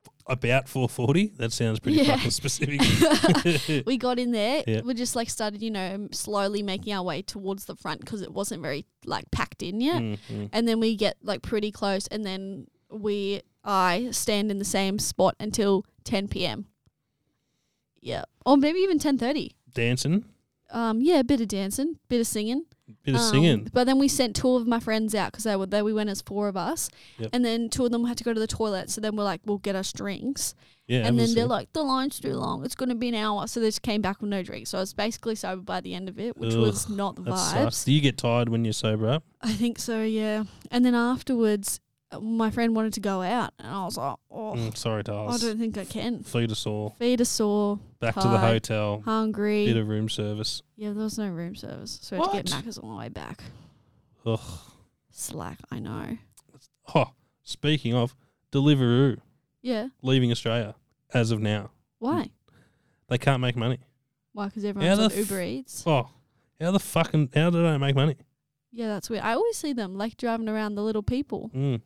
[SPEAKER 3] *laughs* About 4:40. That sounds pretty
[SPEAKER 4] Yeah.
[SPEAKER 3] fucking specific.
[SPEAKER 4] *laughs* we got in there.
[SPEAKER 3] Yep.
[SPEAKER 4] We just like started, you know, m- slowly making our way towards the front because it wasn't very like packed in yet.
[SPEAKER 3] Mm, mm.
[SPEAKER 4] And then we get like pretty close, and then we I stand in the same spot until 10 p.m. Yeah, or maybe even 10:30.
[SPEAKER 3] Dancing.
[SPEAKER 4] Um, yeah, a bit of dancing, bit of singing,
[SPEAKER 3] Bit of
[SPEAKER 4] Um,
[SPEAKER 3] singing.
[SPEAKER 4] But then we sent two of my friends out because they were there. We went as four of us,
[SPEAKER 3] Yep.
[SPEAKER 4] and then two of them had to go to the toilet. So then we're like, we'll get us drinks,
[SPEAKER 3] Yeah. have a
[SPEAKER 4] and then they're
[SPEAKER 3] sing.
[SPEAKER 4] like, the line's too long. It's going to be an hour. So they just came back with no drinks. So I was basically sober by the end of it, which
[SPEAKER 3] Ugh,
[SPEAKER 4] was not the
[SPEAKER 3] That
[SPEAKER 4] vibes.
[SPEAKER 3] sucks. Do you get tired when you're sober up?
[SPEAKER 4] I think so, yeah. And then afterwards, uh, my friend wanted to go out, and I was like, oh,
[SPEAKER 3] Mm, sorry to
[SPEAKER 4] I
[SPEAKER 3] ask.
[SPEAKER 4] don't think I can.
[SPEAKER 3] Feed us all.
[SPEAKER 4] Feet are sore,
[SPEAKER 3] Back to the
[SPEAKER 4] Tired.
[SPEAKER 3] hotel.
[SPEAKER 4] hungry.
[SPEAKER 3] Bit of room service.
[SPEAKER 4] yeah, there was no room service, so we had to get
[SPEAKER 3] What?
[SPEAKER 4] Macca's on the way back.
[SPEAKER 3] Ugh.
[SPEAKER 4] Slack, I know.
[SPEAKER 3] Oh, speaking of, Deliveroo
[SPEAKER 4] Yeah,
[SPEAKER 3] leaving Australia as of now.
[SPEAKER 4] why?
[SPEAKER 3] Mm. They can't make money.
[SPEAKER 4] Why? Because everyone's
[SPEAKER 3] the
[SPEAKER 4] on
[SPEAKER 3] f-
[SPEAKER 4] Uber Eats.
[SPEAKER 3] Oh, how the fucking how do they make money?
[SPEAKER 4] Yeah, that's weird. I always see them like driving around the little people,
[SPEAKER 3] Mm.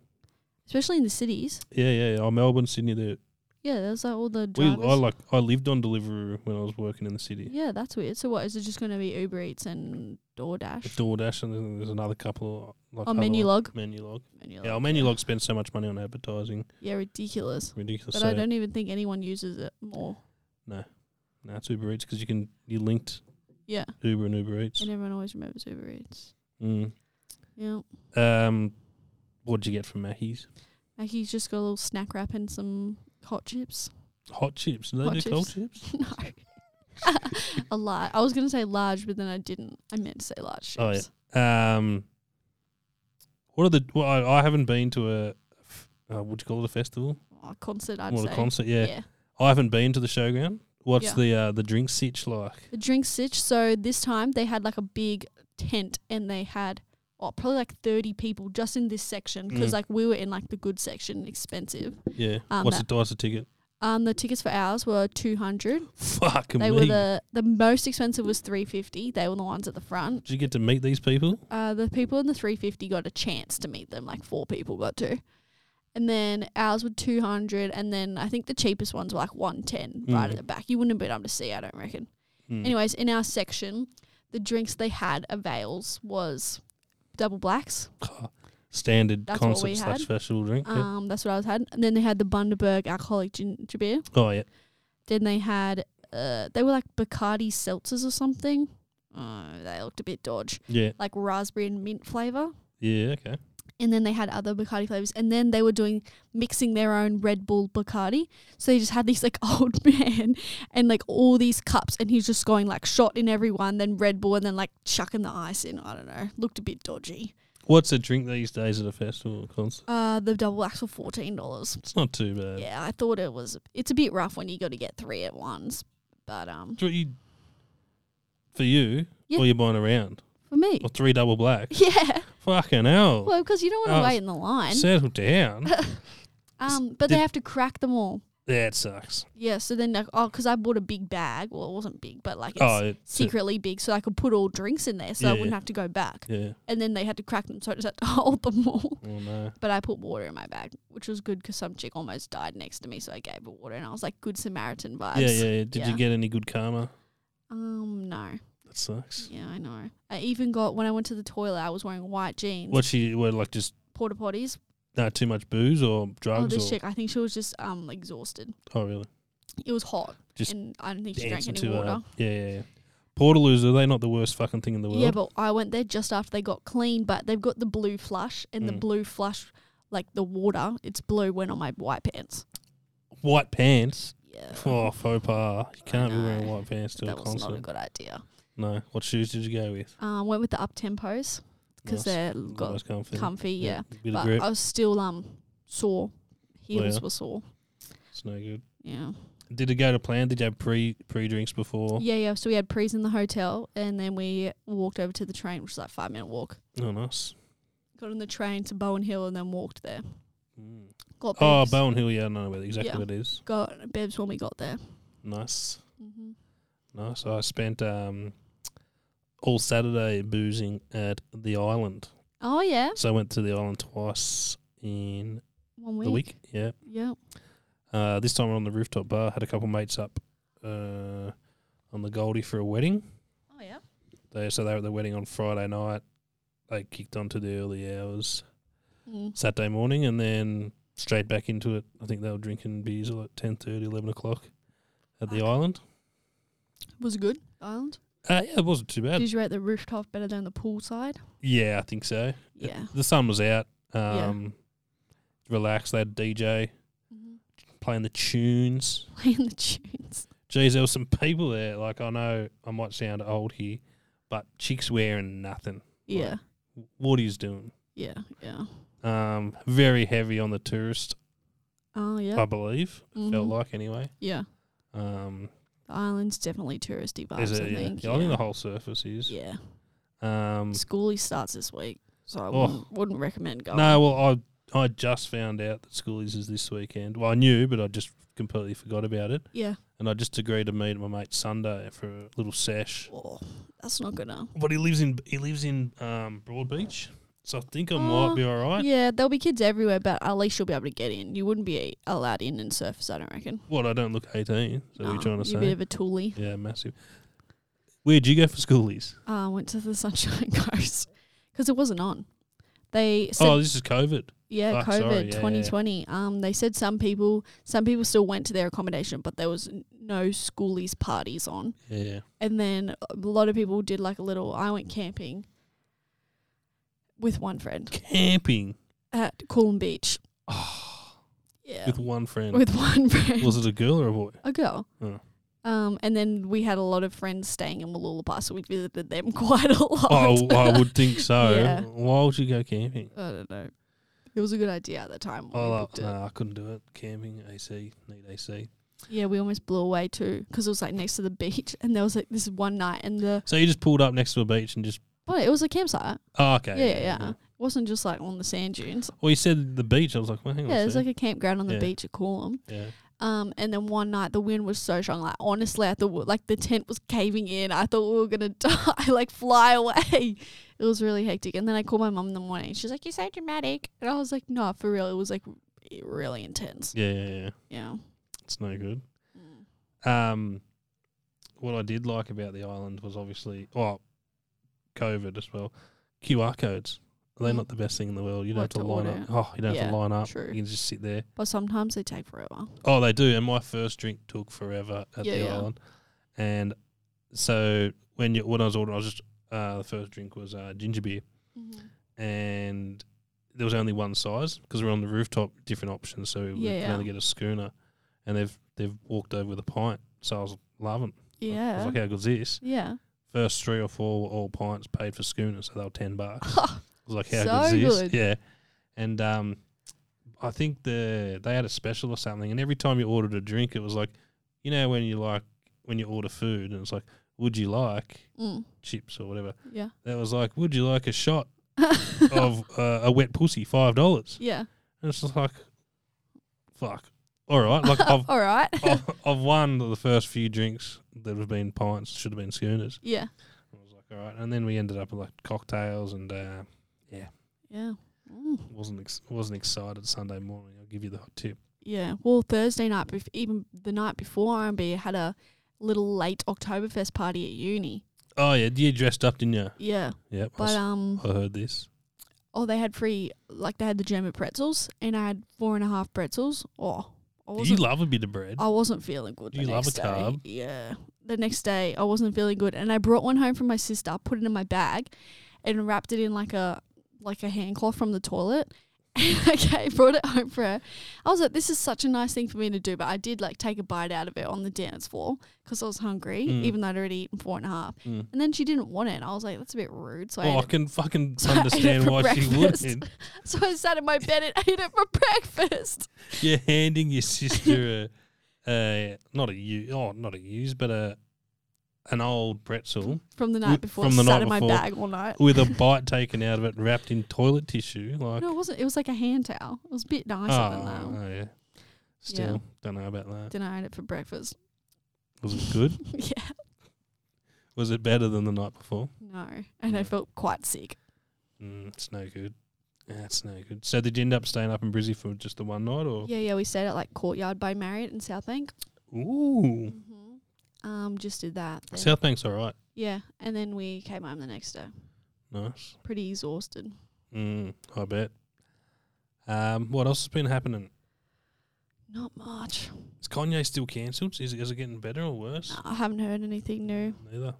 [SPEAKER 4] especially in the cities.
[SPEAKER 3] Yeah, yeah, yeah. Oh, Melbourne, Sydney. There.
[SPEAKER 4] Yeah, there's like all the
[SPEAKER 3] We,
[SPEAKER 4] drivers.
[SPEAKER 3] I like. I lived on Deliveroo when I was working in the city.
[SPEAKER 4] yeah, that's weird. So what is it just going to be Uber Eats and
[SPEAKER 3] At
[SPEAKER 4] DoorDash?
[SPEAKER 3] DoorDash and then there's another couple. Like
[SPEAKER 4] Oh,
[SPEAKER 3] other ones.
[SPEAKER 4] Menu Log.
[SPEAKER 3] Menu log.
[SPEAKER 4] Menu
[SPEAKER 3] Yeah,
[SPEAKER 4] Log,
[SPEAKER 3] our menu log spends so much money on advertising.
[SPEAKER 4] Yeah, ridiculous.
[SPEAKER 3] Ridiculous.
[SPEAKER 4] But
[SPEAKER 3] so,
[SPEAKER 4] I don't even think anyone uses it more.
[SPEAKER 3] Nah, it's Uber Eats because you can you linked
[SPEAKER 4] Yeah.
[SPEAKER 3] Uber and Uber Eats.
[SPEAKER 4] And everyone always remembers Uber Eats.
[SPEAKER 3] Mm.
[SPEAKER 4] Yeah.
[SPEAKER 3] Um, what'd you get from Mackey's?
[SPEAKER 4] Like he's just got a little snack wrap and some hot chips. *laughs*
[SPEAKER 3] Hot chips. Do they
[SPEAKER 4] Hot
[SPEAKER 3] do
[SPEAKER 4] chips.
[SPEAKER 3] cold chips?
[SPEAKER 4] no. *laughs* a lot. I was going to say large, but then I didn't. I meant to say large chips.
[SPEAKER 3] Oh, yeah. Um, what are the? Well, I, I haven't been to a. f- Uh, would you call it a festival?
[SPEAKER 4] Oh, concert, I'd
[SPEAKER 3] or
[SPEAKER 4] say.
[SPEAKER 3] a concert? Yeah.
[SPEAKER 4] Yeah.
[SPEAKER 3] I haven't been to the showground. What's
[SPEAKER 4] Yeah.
[SPEAKER 3] the uh, the drink sitch like?
[SPEAKER 4] The drink sitch. So this time they had like a big tent and they had oh, probably like 30 people just in this section because
[SPEAKER 3] Mm.
[SPEAKER 4] like we were in like the good section, expensive.
[SPEAKER 3] Yeah.
[SPEAKER 4] Um,
[SPEAKER 3] What's the
[SPEAKER 4] that-
[SPEAKER 3] dice a ticket? *laughs*
[SPEAKER 4] Um, the tickets for ours were 200.
[SPEAKER 3] Fuck me.
[SPEAKER 4] They were the the most expensive was three fifty. They were the ones at the front.
[SPEAKER 3] Did you get to meet these people?
[SPEAKER 4] Uh, the people in the three fifty got a chance to meet them. Like four people got to, and then ours were two hundred. And then I think the cheapest ones were like one ten right
[SPEAKER 3] Mm.
[SPEAKER 4] at the back. You wouldn't have been able to see. I don't reckon.
[SPEAKER 3] Mm.
[SPEAKER 4] Anyways, in our section, the drinks they had avails was double blacks.
[SPEAKER 3] Standard
[SPEAKER 4] That's what we
[SPEAKER 3] concert slash
[SPEAKER 4] had.
[SPEAKER 3] festival drink. yeah.
[SPEAKER 4] Um, that's what I was had. And then they had the Bundaberg alcoholic ginger beer.
[SPEAKER 3] Oh yeah.
[SPEAKER 4] Then they had uh, they were like Bacardi seltzers or something. Uh, they looked a bit dodge.
[SPEAKER 3] Yeah.
[SPEAKER 4] like raspberry and mint flavor.
[SPEAKER 3] Yeah. Okay.
[SPEAKER 4] And then they had other Bacardi flavors. And then they were doing mixing their own Red Bull Bacardi. So they just had these like *laughs* old man and like all these cups. And he's just going like shot in every one, then Red Bull, and then like chucking the ice in. I don't know. Looked a bit dodgy.
[SPEAKER 3] What's a drink these days at a festival or concert?
[SPEAKER 4] Uh, the double axe for $14.
[SPEAKER 3] It's not too bad.
[SPEAKER 4] Yeah, I thought it was, it's a bit rough when you got to get three at once. But um,
[SPEAKER 3] It's what you- for you,
[SPEAKER 4] Yeah.
[SPEAKER 3] or you're buying around,
[SPEAKER 4] for me,
[SPEAKER 3] or three double black.
[SPEAKER 4] *laughs* yeah.
[SPEAKER 3] Fucking hell!
[SPEAKER 4] Well, because you don't want
[SPEAKER 3] Oh,
[SPEAKER 4] to wait in the line.
[SPEAKER 3] Settle
[SPEAKER 4] *laughs*
[SPEAKER 3] down.
[SPEAKER 4] Um, but
[SPEAKER 3] did-
[SPEAKER 4] they have to crack them all.
[SPEAKER 3] that sucks.
[SPEAKER 4] Yeah, so then like oh, because I bought a big bag. Well, it wasn't big, but like it's
[SPEAKER 3] Oh, it's a-
[SPEAKER 4] secretly big, so I could put all drinks in there, so
[SPEAKER 3] Yeah,
[SPEAKER 4] I wouldn't
[SPEAKER 3] yeah.
[SPEAKER 4] have to go back.
[SPEAKER 3] Yeah.
[SPEAKER 4] And then they had to crack them, so I just had to *laughs* hold them all.
[SPEAKER 3] Oh no.
[SPEAKER 4] But I put water in my bag, which was good because some chick almost died next to me, so I gave her water, and I was like, good Samaritan vibes.
[SPEAKER 3] Yeah, yeah, yeah. Did you
[SPEAKER 4] yeah.
[SPEAKER 3] get any good karma?
[SPEAKER 4] Um, no.
[SPEAKER 3] That sucks.
[SPEAKER 4] Yeah, I know. I even got when I went to the toilet, I was wearing white jeans,
[SPEAKER 3] What she were like? Just
[SPEAKER 4] porta potties.
[SPEAKER 3] no too much booze or
[SPEAKER 4] Oh,
[SPEAKER 3] drugs
[SPEAKER 4] this
[SPEAKER 3] or
[SPEAKER 4] chick, I think she was just um exhausted.
[SPEAKER 3] oh really?
[SPEAKER 4] It was hot,
[SPEAKER 3] Just
[SPEAKER 4] and I don't think she drank
[SPEAKER 3] Dancing
[SPEAKER 4] any
[SPEAKER 3] to
[SPEAKER 4] water.
[SPEAKER 3] uh, yeah, yeah, yeah. Portaloos are they not the worst fucking thing in the world?
[SPEAKER 4] Yeah, but I went there just after they got clean, but they've got the blue flush and the
[SPEAKER 3] Mm.
[SPEAKER 4] blue flush, like the water, it's blue went on my white pants.
[SPEAKER 3] White pants.
[SPEAKER 4] Yeah.
[SPEAKER 3] *laughs* Oh faux pas. You can't be wearing
[SPEAKER 4] know.
[SPEAKER 3] white pants to a
[SPEAKER 4] that was not a
[SPEAKER 3] concert.
[SPEAKER 4] good idea.
[SPEAKER 3] No. What shoes did you go with?
[SPEAKER 4] Um, went with the up tempos
[SPEAKER 3] Nice.
[SPEAKER 4] because they're got
[SPEAKER 3] Nice comfy.
[SPEAKER 4] comfy, yeah.
[SPEAKER 3] Bit of
[SPEAKER 4] But
[SPEAKER 3] grip.
[SPEAKER 4] I was still um sore. Heels
[SPEAKER 3] yeah.
[SPEAKER 4] were sore.
[SPEAKER 3] It's no good.
[SPEAKER 4] Yeah.
[SPEAKER 3] Did it go to plan? Did you have pre pre drinks before?
[SPEAKER 4] Yeah, yeah. So we had pre's in the hotel and then we walked over to the train, which is like five minute walk.
[SPEAKER 3] Oh, nice.
[SPEAKER 4] Got on the train to Bowen Hill and then walked there.
[SPEAKER 3] Mm.
[SPEAKER 4] Got
[SPEAKER 3] Oh,
[SPEAKER 4] Bebs.
[SPEAKER 3] Bowen Hill. Yeah, I know where exactly
[SPEAKER 4] Yeah.
[SPEAKER 3] what it is.
[SPEAKER 4] got Bebs when we got there.
[SPEAKER 3] Nice,
[SPEAKER 4] hmm
[SPEAKER 3] nice. I spent um all Saturday boozing at the island.
[SPEAKER 4] Oh yeah,
[SPEAKER 3] So I went to the island twice in
[SPEAKER 4] one
[SPEAKER 3] the week. Yeah.
[SPEAKER 4] Yeah.
[SPEAKER 3] Uh, this time on the rooftop bar. Had a couple mates up uh, on the Goldie for a wedding.
[SPEAKER 4] Oh yeah.
[SPEAKER 3] They so they were at the wedding on Friday night. They kicked on to the early hours.
[SPEAKER 4] Mm.
[SPEAKER 3] Saturday morning and then straight back into it. I think they were drinking beers at 10, 11 o'clock at the
[SPEAKER 4] Fuck.
[SPEAKER 3] island.
[SPEAKER 4] Was good. Island.
[SPEAKER 3] Uh, yeah, it wasn't too bad.
[SPEAKER 4] Did you rate the rooftop better than the poolside?
[SPEAKER 3] Yeah, I think so.
[SPEAKER 4] Yeah.
[SPEAKER 3] The sun was out.
[SPEAKER 4] Yeah.
[SPEAKER 3] Um, Relaxed. They had DJ
[SPEAKER 4] Mhm.
[SPEAKER 3] playing the tunes.
[SPEAKER 4] Playing the tunes.
[SPEAKER 3] Geez, there were some people there. Like, I know I might sound old here, but chicks wearing nothing.
[SPEAKER 4] Yeah.
[SPEAKER 3] What he's doing.
[SPEAKER 4] Yeah. Yeah.
[SPEAKER 3] Um, very heavy on the tourist,
[SPEAKER 4] Oh, yeah.
[SPEAKER 3] I believe. it Felt
[SPEAKER 4] Mhm.
[SPEAKER 3] like anyway.
[SPEAKER 4] Yeah.
[SPEAKER 3] Um,
[SPEAKER 4] The island's definitely touristy vibes,
[SPEAKER 3] is
[SPEAKER 4] I
[SPEAKER 3] it? Yeah.
[SPEAKER 4] think.
[SPEAKER 3] Yeah, I think the whole surface is.
[SPEAKER 4] yeah.
[SPEAKER 3] Um,
[SPEAKER 4] Schoolie starts this week, so I
[SPEAKER 3] Oh.
[SPEAKER 4] wouldn't, wouldn't recommend going.
[SPEAKER 3] No, well, I I just found out that schoolies is this weekend. Well, I knew, but I just completely forgot about it.
[SPEAKER 4] Yeah.
[SPEAKER 3] And I just agreed to meet my mate Sunday for a little sesh.
[SPEAKER 4] Oh, that's not gonna.
[SPEAKER 3] But he lives in he lives in um, Broadbeach, so I think I
[SPEAKER 4] Oh,
[SPEAKER 3] might be all right.
[SPEAKER 4] Yeah, there'll be kids everywhere, but at least you'll be able to get in. You wouldn't be allowed in and surface, I don't reckon.
[SPEAKER 3] What I don't look eighteen. So what are
[SPEAKER 4] Nah,
[SPEAKER 3] you trying to
[SPEAKER 4] Oh, you're a bit
[SPEAKER 3] say?
[SPEAKER 4] of a toolie.
[SPEAKER 3] Yeah, massive. Where'd you go for schoolies?
[SPEAKER 4] I uh, went to the *laughs* Sunshine Coast because it wasn't on. They said,
[SPEAKER 3] oh, this is COVID.
[SPEAKER 4] yeah,
[SPEAKER 3] fuck,
[SPEAKER 4] COVID
[SPEAKER 3] sorry, yeah, yeah, yeah.
[SPEAKER 4] 2020. Um, they said some people, some people still went to their accommodation, but there was n- no schoolies parties on.
[SPEAKER 3] Yeah.
[SPEAKER 4] and then a lot of people did like a little i went camping with one friend
[SPEAKER 3] Camping
[SPEAKER 4] at
[SPEAKER 3] *sighs*
[SPEAKER 4] Coolum beach yeah
[SPEAKER 3] with one friend.
[SPEAKER 4] with one *laughs*
[SPEAKER 3] *laughs*
[SPEAKER 4] friend
[SPEAKER 3] Was it a girl or a
[SPEAKER 4] *laughs*
[SPEAKER 3] boy?
[SPEAKER 4] a girl
[SPEAKER 3] Oh.
[SPEAKER 4] um and then we had a lot of friends staying in Wolloola so we visited them *laughs* quite a lot
[SPEAKER 3] Oh, I would think so.
[SPEAKER 4] *laughs* Yeah.
[SPEAKER 3] Why would you go camping?
[SPEAKER 4] i don't know it was a good idea at the time when
[SPEAKER 3] Oh,
[SPEAKER 4] we
[SPEAKER 3] like,
[SPEAKER 4] booked it.
[SPEAKER 3] nah, I couldn't do it. Camping, AC, need AC.
[SPEAKER 4] yeah we almost blew away too because it was like next to the *laughs* beach and there was like this one night and the
[SPEAKER 3] So you just pulled up next to a beach and just.
[SPEAKER 4] well it was a campsite
[SPEAKER 3] Oh, okay.
[SPEAKER 4] yeah yeah, yeah. it wasn't just like on the sand dunes
[SPEAKER 3] Well, you said the beach. I was like, well, hang on.
[SPEAKER 4] yeah there's like
[SPEAKER 3] a
[SPEAKER 4] a campground on the
[SPEAKER 3] Yeah.
[SPEAKER 4] beach at Coolum
[SPEAKER 3] sec. yeah.
[SPEAKER 4] Um, and then one night the wind was so strong, like honestly, I thought we- like the tent was caving in. I thought we were gonna *laughs* die, like fly away. It was really hectic. And then I called my mum in the morning. She's like, "You're so dramatic," and I was like, "No, for real. It was like r- really intense."
[SPEAKER 3] yeah, yeah, yeah.
[SPEAKER 4] Yeah.
[SPEAKER 3] It's no good.
[SPEAKER 4] Mm.
[SPEAKER 3] Um, what I did like about the island was obviously, oh, COVID as well. QR codes. Are they
[SPEAKER 4] Mm.
[SPEAKER 3] not the best thing in the world? You don't
[SPEAKER 4] What
[SPEAKER 3] have to
[SPEAKER 4] to
[SPEAKER 3] line
[SPEAKER 4] order.
[SPEAKER 3] up. Oh, you don't have
[SPEAKER 4] Yeah,
[SPEAKER 3] to line up.
[SPEAKER 4] true.
[SPEAKER 3] You can just sit there.
[SPEAKER 4] But sometimes they take forever.
[SPEAKER 3] Oh, they do. And my first drink took forever at
[SPEAKER 4] Yeah,
[SPEAKER 3] the
[SPEAKER 4] yeah.
[SPEAKER 3] island. And so when you when I was ordering, I was just uh, the first drink was uh, ginger beer, and there was only one size because we're on the rooftop, different options. So we
[SPEAKER 4] Yeah,
[SPEAKER 3] can
[SPEAKER 4] yeah.
[SPEAKER 3] only get a schooner, and they've they've walked over with a pint. So I was loving. I
[SPEAKER 4] Yeah.
[SPEAKER 3] was like, how good's this?
[SPEAKER 4] yeah.
[SPEAKER 3] First three or four were all pints paid for schooner, so they were ten bucks.
[SPEAKER 4] *laughs*
[SPEAKER 3] I was like, how
[SPEAKER 4] So
[SPEAKER 3] good's this?
[SPEAKER 4] good.
[SPEAKER 3] Yeah, and um, I think the they had a special or something, and every time you ordered a drink, it was like, you know, when you like when you order food, and it's like, would you like
[SPEAKER 4] Mm.
[SPEAKER 3] chips or whatever?
[SPEAKER 4] Yeah.
[SPEAKER 3] That was like, would you like a
[SPEAKER 4] *laughs*
[SPEAKER 3] shot of uh, a wet pussy, five dollars?
[SPEAKER 4] yeah.
[SPEAKER 3] And it's just like, fuck, all right,
[SPEAKER 4] *laughs*
[SPEAKER 3] like I've.
[SPEAKER 4] All right.
[SPEAKER 3] I've I've won the first few drinks that have been pints, should have been schooners.
[SPEAKER 4] yeah.
[SPEAKER 3] I was like, all right. And then we ended up with like cocktails and uh,
[SPEAKER 4] Yeah. Mm.
[SPEAKER 3] wasn't ex- wasn't excited Sunday morning. I'll give you the hot tip.
[SPEAKER 4] Yeah. Well, Thursday night, bef- even the night before RMB, had a little late Oktoberfest party at uni.
[SPEAKER 3] Oh yeah, you dressed up, didn't you?
[SPEAKER 4] Yeah.
[SPEAKER 3] Yep. I
[SPEAKER 4] But
[SPEAKER 3] s-
[SPEAKER 4] um,
[SPEAKER 3] I heard this.
[SPEAKER 4] oh, they had free like they had the German pretzels, and I had four and a half pretzels. Oh, I
[SPEAKER 3] Do you
[SPEAKER 4] wasn't. Oh,
[SPEAKER 3] love a bit of bread?
[SPEAKER 4] I wasn't feeling good.
[SPEAKER 3] Do
[SPEAKER 4] the
[SPEAKER 3] you love a
[SPEAKER 4] next day.
[SPEAKER 3] carb?
[SPEAKER 4] Yeah. The next day, I wasn't feeling good, and I brought one home from my sister, put it in my bag, and wrapped it in like a like a hand cloth from the toilet. *laughs* And I gave- brought it home for her. I was like, "This is such a nice thing for me to do," but I did like take a bite out of it on the dance floor because I was hungry,
[SPEAKER 3] Mm.
[SPEAKER 4] even though I'd already eaten four and a half.
[SPEAKER 3] Mm.
[SPEAKER 4] And then she didn't want it. And I was like, "That's a bit rude." So I
[SPEAKER 3] oh,
[SPEAKER 4] ate
[SPEAKER 3] I
[SPEAKER 4] it
[SPEAKER 3] can fucking
[SPEAKER 4] So I ate it
[SPEAKER 3] understand
[SPEAKER 4] for
[SPEAKER 3] why
[SPEAKER 4] breakfast.
[SPEAKER 3] she wouldn't.
[SPEAKER 4] *laughs* So I sat in my bed and *laughs* ate it for breakfast.
[SPEAKER 3] You're handing your sister a, a not a u oh not a used but a an old pretzel
[SPEAKER 4] From the
[SPEAKER 3] Wi-
[SPEAKER 4] night before,
[SPEAKER 3] from the
[SPEAKER 4] sat
[SPEAKER 3] night
[SPEAKER 4] in
[SPEAKER 3] before.
[SPEAKER 4] my bag all night.
[SPEAKER 3] with
[SPEAKER 4] *laughs*
[SPEAKER 3] a bite taken out of it, wrapped in toilet tissue. Like
[SPEAKER 4] No, it wasn't. It was like a hand towel. It was a bit
[SPEAKER 3] oh,
[SPEAKER 4] nicer than that.
[SPEAKER 3] oh, yeah. Still don't know about that.
[SPEAKER 4] Then I ate it for breakfast.
[SPEAKER 3] Was it good?
[SPEAKER 4] *laughs* yeah.
[SPEAKER 3] Was it better than the night before?
[SPEAKER 4] No. And I
[SPEAKER 3] Mm.
[SPEAKER 4] felt quite sick.
[SPEAKER 3] Mm, it's no good. That's no good. So did you end up staying up in Brizzy for just the one night, or
[SPEAKER 4] Yeah, yeah. We stayed at like Courtyard by Marriott in Southbank.
[SPEAKER 3] ooh,
[SPEAKER 4] Mm-hmm. Um, just did that. then.
[SPEAKER 3] South Bank's all right.
[SPEAKER 4] yeah. And then we came home the next day.
[SPEAKER 3] Nice.
[SPEAKER 4] Pretty exhausted.
[SPEAKER 3] Mm, I bet. Um, what else has been happening?
[SPEAKER 4] Not much.
[SPEAKER 3] Is Kanye still cancelled? Is, it- is it getting better or worse?
[SPEAKER 4] I haven't heard anything new.
[SPEAKER 3] Neither.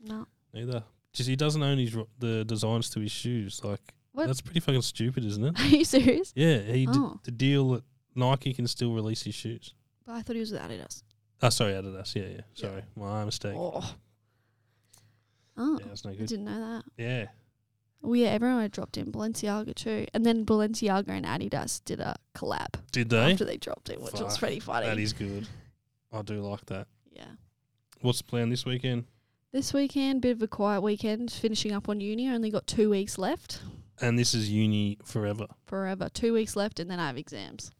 [SPEAKER 4] No.
[SPEAKER 3] Neither. Just he doesn't own his ro- the designs to his shoes. Like
[SPEAKER 4] What?
[SPEAKER 3] that's pretty fucking stupid, isn't it?
[SPEAKER 4] *laughs* Are you serious?
[SPEAKER 3] Yeah, he did
[SPEAKER 4] Oh.
[SPEAKER 3] the deal that Nike can still release his shoes.
[SPEAKER 4] But I thought he was with Adidas.
[SPEAKER 3] Ah, sorry, Adidas. Yeah, yeah. Sorry, my mistake.
[SPEAKER 4] Oh. Oh.
[SPEAKER 3] Yeah, that's no
[SPEAKER 4] I
[SPEAKER 3] good.
[SPEAKER 4] didn't know that.
[SPEAKER 3] Yeah,
[SPEAKER 4] Well, yeah, everyone had dropped in Balenciaga too, and then Balenciaga and Adidas did a collab
[SPEAKER 3] did they?
[SPEAKER 4] after they dropped it, which was
[SPEAKER 3] Fuck,
[SPEAKER 4] pretty funny.
[SPEAKER 3] That is good. I do like that.
[SPEAKER 4] yeah.
[SPEAKER 3] What's the plan this weekend?
[SPEAKER 4] This weekend, bit of a quiet weekend, finishing up on uni. Only got two weeks left
[SPEAKER 3] And this is uni forever.
[SPEAKER 4] forever. Two weeks left, and then I have exams.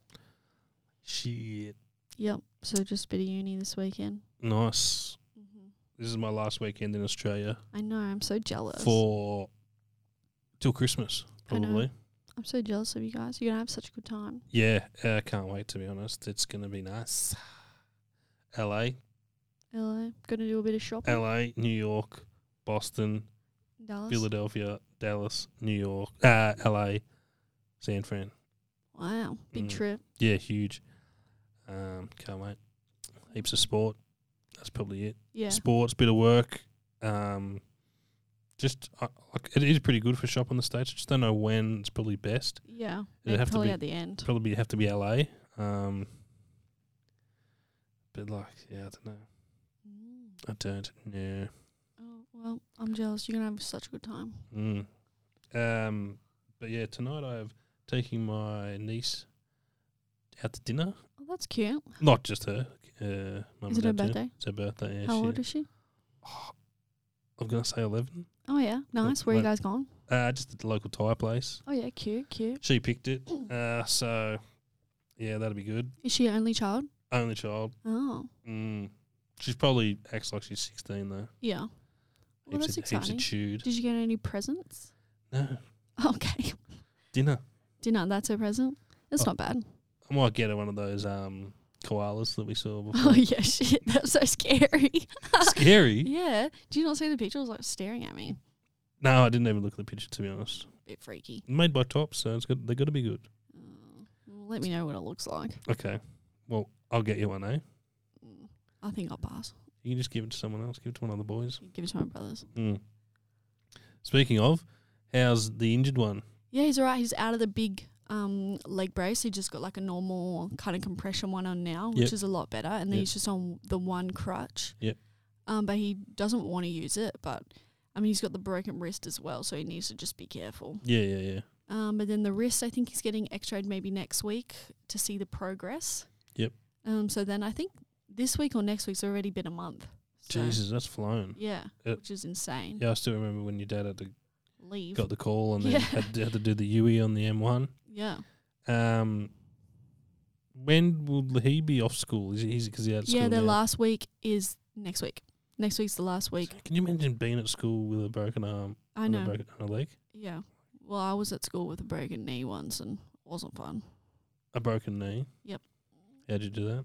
[SPEAKER 3] Shit.
[SPEAKER 4] Yep. So just a bit of uni this weekend.
[SPEAKER 3] Nice.
[SPEAKER 4] hmm
[SPEAKER 3] This is my last weekend in Australia
[SPEAKER 4] I know. I'm so jealous.
[SPEAKER 3] for till Christmas
[SPEAKER 4] I know.
[SPEAKER 3] probably.
[SPEAKER 4] I'm so jealous of you guys. You're gonna have such a good time.
[SPEAKER 3] Yeah, I uh, can't wait to be honest. It's gonna be nice. LA,
[SPEAKER 4] LA, gonna do a bit of shopping.
[SPEAKER 3] LA, New York, Boston,
[SPEAKER 4] Dallas.
[SPEAKER 3] Philadelphia, Dallas, New York, uh, LA, San Fran.
[SPEAKER 4] Wow, big
[SPEAKER 3] Mm.
[SPEAKER 4] trip.
[SPEAKER 3] Yeah, huge. Um, can't wait. Heaps of sport. That's probably it.
[SPEAKER 4] Yeah.
[SPEAKER 3] Sports, bit of work. Um, just uh, like it is pretty good for shop in the states. I just don't know when it's probably best.
[SPEAKER 4] Yeah.
[SPEAKER 3] It'd
[SPEAKER 4] Maybe
[SPEAKER 3] have to
[SPEAKER 4] probably
[SPEAKER 3] be-
[SPEAKER 4] at the end.
[SPEAKER 3] Probably have to be LA. Um, but like, yeah, I don't know.
[SPEAKER 4] Mm.
[SPEAKER 3] I don't know.
[SPEAKER 4] Oh well, I'm jealous. You're gonna have such a good time.
[SPEAKER 3] Mm. Um, but yeah, tonight I have taking my niece out to dinner.
[SPEAKER 4] Oh, that's cute.
[SPEAKER 3] Not just her. Uh, mum and
[SPEAKER 4] Is it her
[SPEAKER 3] dad too.
[SPEAKER 4] birthday?
[SPEAKER 3] It's her birthday. Yeah,
[SPEAKER 4] How
[SPEAKER 3] she-
[SPEAKER 4] old is she?
[SPEAKER 3] I'm gonna say eleven.
[SPEAKER 4] Oh yeah, nice. Where you
[SPEAKER 3] wait.
[SPEAKER 4] guys gone?
[SPEAKER 3] Uh, just at the local Thai place.
[SPEAKER 4] Oh yeah, cute, cute.
[SPEAKER 3] She picked it. Uh, so yeah, that'll be good.
[SPEAKER 4] Is she your only child?
[SPEAKER 3] Only child.
[SPEAKER 4] Oh
[SPEAKER 3] Mm. She's probably acts like she's sixteen though.
[SPEAKER 4] yeah. Well, that's
[SPEAKER 3] of, heaps of
[SPEAKER 4] exciting.
[SPEAKER 3] chewed.
[SPEAKER 4] Did you get any presents? *laughs*
[SPEAKER 3] No
[SPEAKER 4] Okay, *laughs*
[SPEAKER 3] dinner.
[SPEAKER 4] dinner. That's her present.
[SPEAKER 3] Oh.
[SPEAKER 4] That's not bad.
[SPEAKER 3] I might get her one of those um koalas that we
[SPEAKER 4] *laughs*
[SPEAKER 3] saw before.
[SPEAKER 4] Oh yeah, shit. *laughs* That's so scary.
[SPEAKER 3] *laughs* Scary.
[SPEAKER 4] yeah. Do you not see the picture? It was like staring at me.
[SPEAKER 3] No, I didn't even look at the picture to be honest.
[SPEAKER 4] bit freaky.
[SPEAKER 3] Made by Top, so it's good. They're gonna be good.
[SPEAKER 4] Oh, well, let me know what it looks like.
[SPEAKER 3] Okay. Well, I'll get you one, eh?
[SPEAKER 4] Mm, I think I'll pass.
[SPEAKER 3] You can just give it to someone else. Give it to one of the boys.
[SPEAKER 4] Give it to my brothers.
[SPEAKER 3] Mm. Speaking of, how's the injured one?
[SPEAKER 4] Yeah, he's all right. He's out of the big um, leg brace. He just got like a normal kind of compression one on now, which
[SPEAKER 3] Yep.
[SPEAKER 4] is a lot better. And then
[SPEAKER 3] Yep.
[SPEAKER 4] he's just on the one crutch.
[SPEAKER 3] Yep.
[SPEAKER 4] Um, but he doesn't want to use it. But I mean, he's got the broken wrist as well, so he needs to just be careful.
[SPEAKER 3] Yeah, yeah, yeah.
[SPEAKER 4] Um, but then the wrist, I think he's getting x-rayed maybe next week to see the progress.
[SPEAKER 3] Yep.
[SPEAKER 4] Um, so then I think this week or next week's already been a month. So,
[SPEAKER 3] Jesus, that's flown.
[SPEAKER 4] Yeah,
[SPEAKER 3] Yep.
[SPEAKER 4] which is insane.
[SPEAKER 3] Yeah, I still remember when your dad had to
[SPEAKER 4] Leave.
[SPEAKER 3] got the call and then
[SPEAKER 4] Yeah.
[SPEAKER 3] had, to, had to do the UE on the M1.
[SPEAKER 4] Yeah.
[SPEAKER 3] Um, when will he be off school? Is he because he, out of school?
[SPEAKER 4] Yeah, their
[SPEAKER 3] now?
[SPEAKER 4] last week is next week. Next week's the last week.
[SPEAKER 3] Can you imagine being at school with a broken arm
[SPEAKER 4] I
[SPEAKER 3] and a
[SPEAKER 4] know.
[SPEAKER 3] broken and a leg,
[SPEAKER 4] Yeah. Well, I was at school with a broken knee once and it wasn't fun.
[SPEAKER 3] a broken knee?
[SPEAKER 4] Yep.
[SPEAKER 3] How'd you do that?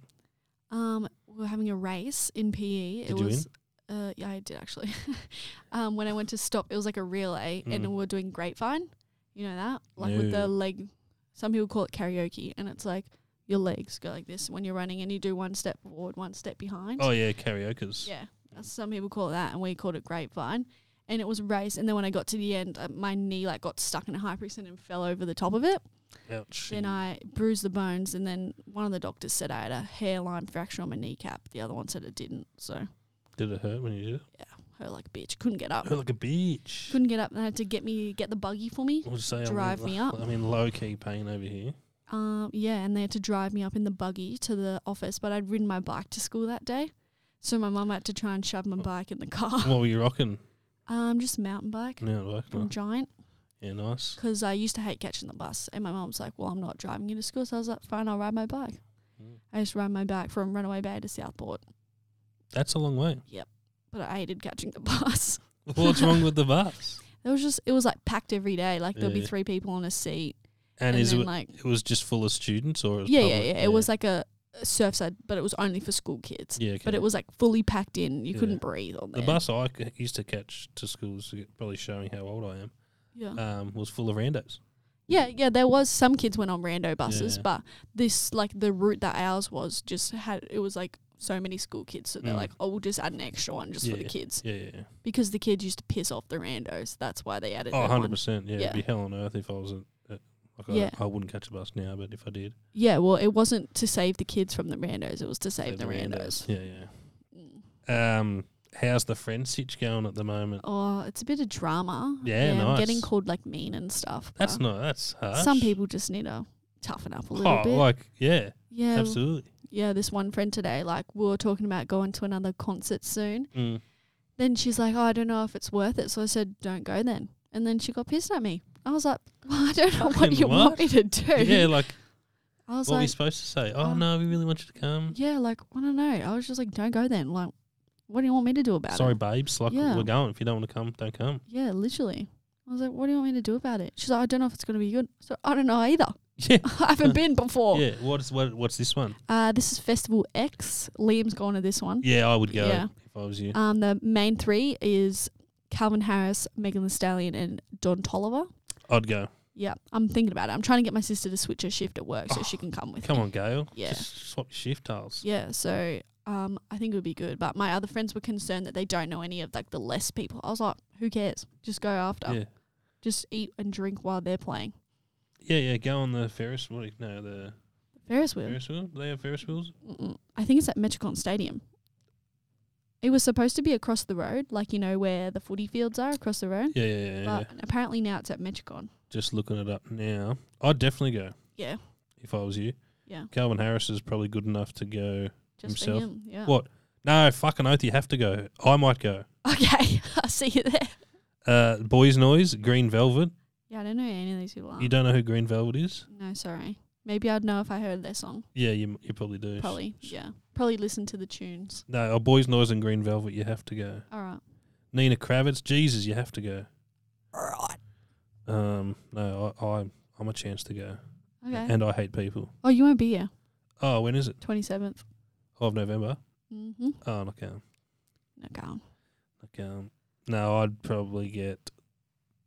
[SPEAKER 4] Um, we were having a race in PE.
[SPEAKER 3] Did
[SPEAKER 4] it
[SPEAKER 3] you
[SPEAKER 4] was uh yeah, I did actually. *laughs* um when I went to stop it was like a relay and
[SPEAKER 3] Mm.
[SPEAKER 4] we were doing grapevine. You know that? Like with
[SPEAKER 3] No.
[SPEAKER 4] the leg some people call it karaoke and it's like your legs go like this when you're running and you do one step forward, one step behind.
[SPEAKER 3] Oh yeah, karaoke's.
[SPEAKER 4] Yeah, that's some people call it that, and we called it grapevine. And it was race, and then when I got to the end, uh, my knee like got stuck in a hyperextension and fell over the top of it.
[SPEAKER 3] Ouch.
[SPEAKER 4] Then I bruised the bones, and then one of the doctors said I had a hairline fracture on my kneecap. The other one said it didn't, so
[SPEAKER 3] Did it hurt when you did it?
[SPEAKER 4] her like a bitch couldn't get up,
[SPEAKER 3] Hurt like a bitch.
[SPEAKER 4] couldn't get up, and had to get me get the buggy for me.
[SPEAKER 3] I'll just say
[SPEAKER 4] drive
[SPEAKER 3] I'm in, *laughs*
[SPEAKER 4] me up.
[SPEAKER 3] I'm in low key pain over here.
[SPEAKER 4] Um, yeah, and they had to drive me up in the buggy to the office, but I'd ridden my bike to school that day, so my mum had to try and shove my bike in the car. *laughs*
[SPEAKER 3] what were you rocking?
[SPEAKER 4] um, just mountain bike
[SPEAKER 3] No, like,
[SPEAKER 4] from
[SPEAKER 3] no.
[SPEAKER 4] Giant.
[SPEAKER 3] Yeah, nice.
[SPEAKER 4] because I used to hate catching the bus. And my mom's like, "Well, I'm not driving you to school," so I was like, "Fine, I'll ride my bike."
[SPEAKER 3] Mm.
[SPEAKER 4] I just ride my bike from Runaway Bay to Southport,
[SPEAKER 3] That's a long way.
[SPEAKER 4] but I hated catching the *laughs* bus.
[SPEAKER 3] What's wrong with the bus?
[SPEAKER 4] It was just, it was like packed every day. Like there'll be
[SPEAKER 3] Yeah.
[SPEAKER 4] three people on a seat,
[SPEAKER 3] And,
[SPEAKER 4] *laughs* and,
[SPEAKER 3] is
[SPEAKER 4] then
[SPEAKER 3] it,
[SPEAKER 4] like,
[SPEAKER 3] it was just full of students or? it was
[SPEAKER 4] yeah, yeah, yeah,
[SPEAKER 3] public?
[SPEAKER 4] It was like a a Surfside, but it was only for school kids.
[SPEAKER 3] Yeah, okay.
[SPEAKER 4] But it was like fully packed in. You
[SPEAKER 3] Yeah.
[SPEAKER 4] couldn't breathe on
[SPEAKER 3] the
[SPEAKER 4] there.
[SPEAKER 3] bus I c- used to catch to school. Is probably showing how old I am.
[SPEAKER 4] Yeah.
[SPEAKER 3] Um, was full of randos.
[SPEAKER 4] Yeah, yeah, there was some kids went on rando buses,
[SPEAKER 3] Yeah.
[SPEAKER 4] but this like the route that ours was just had it was like so many school kids, so they're
[SPEAKER 3] Mm.
[SPEAKER 4] like, oh, we'll just add an extra one just for the
[SPEAKER 3] Yeah.
[SPEAKER 4] kids
[SPEAKER 3] Yeah, yeah, yeah.
[SPEAKER 4] because the kids used to piss off the randos. That's why they added.
[SPEAKER 3] Oh,
[SPEAKER 4] that
[SPEAKER 3] 100
[SPEAKER 4] one.
[SPEAKER 3] percent. Yeah,
[SPEAKER 4] Yeah.
[SPEAKER 3] it'd be hell on earth if I was at. at like
[SPEAKER 4] Yeah.
[SPEAKER 3] I, I wouldn't catch a bus now, but if I did,
[SPEAKER 4] Yeah, well, it wasn't to save the kids from the randos; it was to save the randos.
[SPEAKER 3] Yeah, yeah.
[SPEAKER 4] Mm.
[SPEAKER 3] Um, how's the friend sitch going at the moment?
[SPEAKER 4] Oh, it's a bit of drama.
[SPEAKER 3] Yeah,
[SPEAKER 4] I'm getting
[SPEAKER 3] nice.
[SPEAKER 4] called like mean and stuff. but
[SPEAKER 3] That's not that's harsh.
[SPEAKER 4] Some people just need to toughen up a little
[SPEAKER 3] oh,
[SPEAKER 4] bit. Um,
[SPEAKER 3] like yeah,
[SPEAKER 4] yeah,
[SPEAKER 3] absolutely.
[SPEAKER 4] yeah. This one friend today, like, we were talking about going to another concert soon. *laughs*
[SPEAKER 3] Mm.
[SPEAKER 4] Then she's like, oh, I don't know if it's worth it. So I said, don't go then. And then she got pissed at me. I was like, *laughs* well, I don't know what
[SPEAKER 3] Fucking
[SPEAKER 4] you want
[SPEAKER 3] what?
[SPEAKER 4] me to do.
[SPEAKER 3] Yeah, like
[SPEAKER 4] I was
[SPEAKER 3] what are we
[SPEAKER 4] like,
[SPEAKER 3] supposed to say? Oh
[SPEAKER 4] oh.
[SPEAKER 3] no, we really want you to come.
[SPEAKER 4] yeah, like, I don't know. I was just like, don't go then. Like, what do you want me to do about
[SPEAKER 3] Sorry,
[SPEAKER 4] it?
[SPEAKER 3] babes. Like
[SPEAKER 4] Yeah.
[SPEAKER 3] we're going. If you don't want to come, don't come. *laughs*
[SPEAKER 4] Yeah, literally. I was like, what do you want me to do about it? She's like, I don't know if it's going to be good. So I don't know either. *laughs*
[SPEAKER 3] Yeah, *laughs*
[SPEAKER 4] I haven't been before.
[SPEAKER 3] yeah. What's what? What's this one?
[SPEAKER 4] Uh, this is Festival X. Liam's going to this one.
[SPEAKER 3] Yeah, I would go
[SPEAKER 4] Yeah.
[SPEAKER 3] if I was you.
[SPEAKER 4] Um, the main three is Calvin Harris, Megan Thee Stallion, and Don Tolliver.
[SPEAKER 3] I'd go.
[SPEAKER 4] Yeah, I'm thinking about it. I'm trying to get my sister to switch her shift at work so she can come with
[SPEAKER 3] Oh, Come
[SPEAKER 4] me.
[SPEAKER 3] on, Gail.
[SPEAKER 4] Yeah.
[SPEAKER 3] Just swap your shift tiles.
[SPEAKER 4] Yeah, so um, I think it would be good. But my other friends were concerned that they don't know any of like the less people. I was like, who cares? Just go after.
[SPEAKER 3] Yeah.
[SPEAKER 4] Just eat and drink while they're playing.
[SPEAKER 3] Yeah, yeah. Go on the Ferris. What? do you- No, the
[SPEAKER 4] Ferris wheel.
[SPEAKER 3] Ferris wheel. Do They have Ferris wheels.
[SPEAKER 4] Mm-mm. I think it's at Metricon Stadium. It was supposed to be across the road, like you know where the footy fields are across the road.
[SPEAKER 3] Yeah, yeah, yeah. yeah.
[SPEAKER 4] But apparently now it's at Metricon.
[SPEAKER 3] Just looking it up now. I'd definitely go.
[SPEAKER 4] Yeah.
[SPEAKER 3] If I was you.
[SPEAKER 4] Yeah.
[SPEAKER 3] Calvin Harris is probably good enough to go.
[SPEAKER 4] Just for
[SPEAKER 3] Himself.
[SPEAKER 4] him. Yeah.
[SPEAKER 3] What? No, fucking oath, you have to go. I might go.
[SPEAKER 4] *laughs* Okay. *laughs* I'll see you there.
[SPEAKER 3] Uh, Boys Noise, Green Velvet.
[SPEAKER 4] Yeah, I don't know who any of these people are.
[SPEAKER 3] You don't know who Green Velvet is?
[SPEAKER 4] No, sorry. Maybe I'd know if I heard their song.
[SPEAKER 3] Yeah, you you probably do.
[SPEAKER 4] Probably. Yeah. Probably listen to the tunes.
[SPEAKER 3] No, oh, Boys Noise and Green Velvet, you have to go.
[SPEAKER 4] All right.
[SPEAKER 3] Nina Kravitz, Jesus, you have to go.
[SPEAKER 4] All right.
[SPEAKER 3] Um, no, I, I I'm a chance to go,
[SPEAKER 4] Okay.
[SPEAKER 3] and I hate people.
[SPEAKER 4] oh, you won't be here.
[SPEAKER 3] Oh, when is it?
[SPEAKER 4] Twenty seventh.
[SPEAKER 3] Of November.
[SPEAKER 4] Mm-hmm.
[SPEAKER 3] Oh, not going.
[SPEAKER 4] No, *laughs* go
[SPEAKER 3] Not going. No, I'd probably get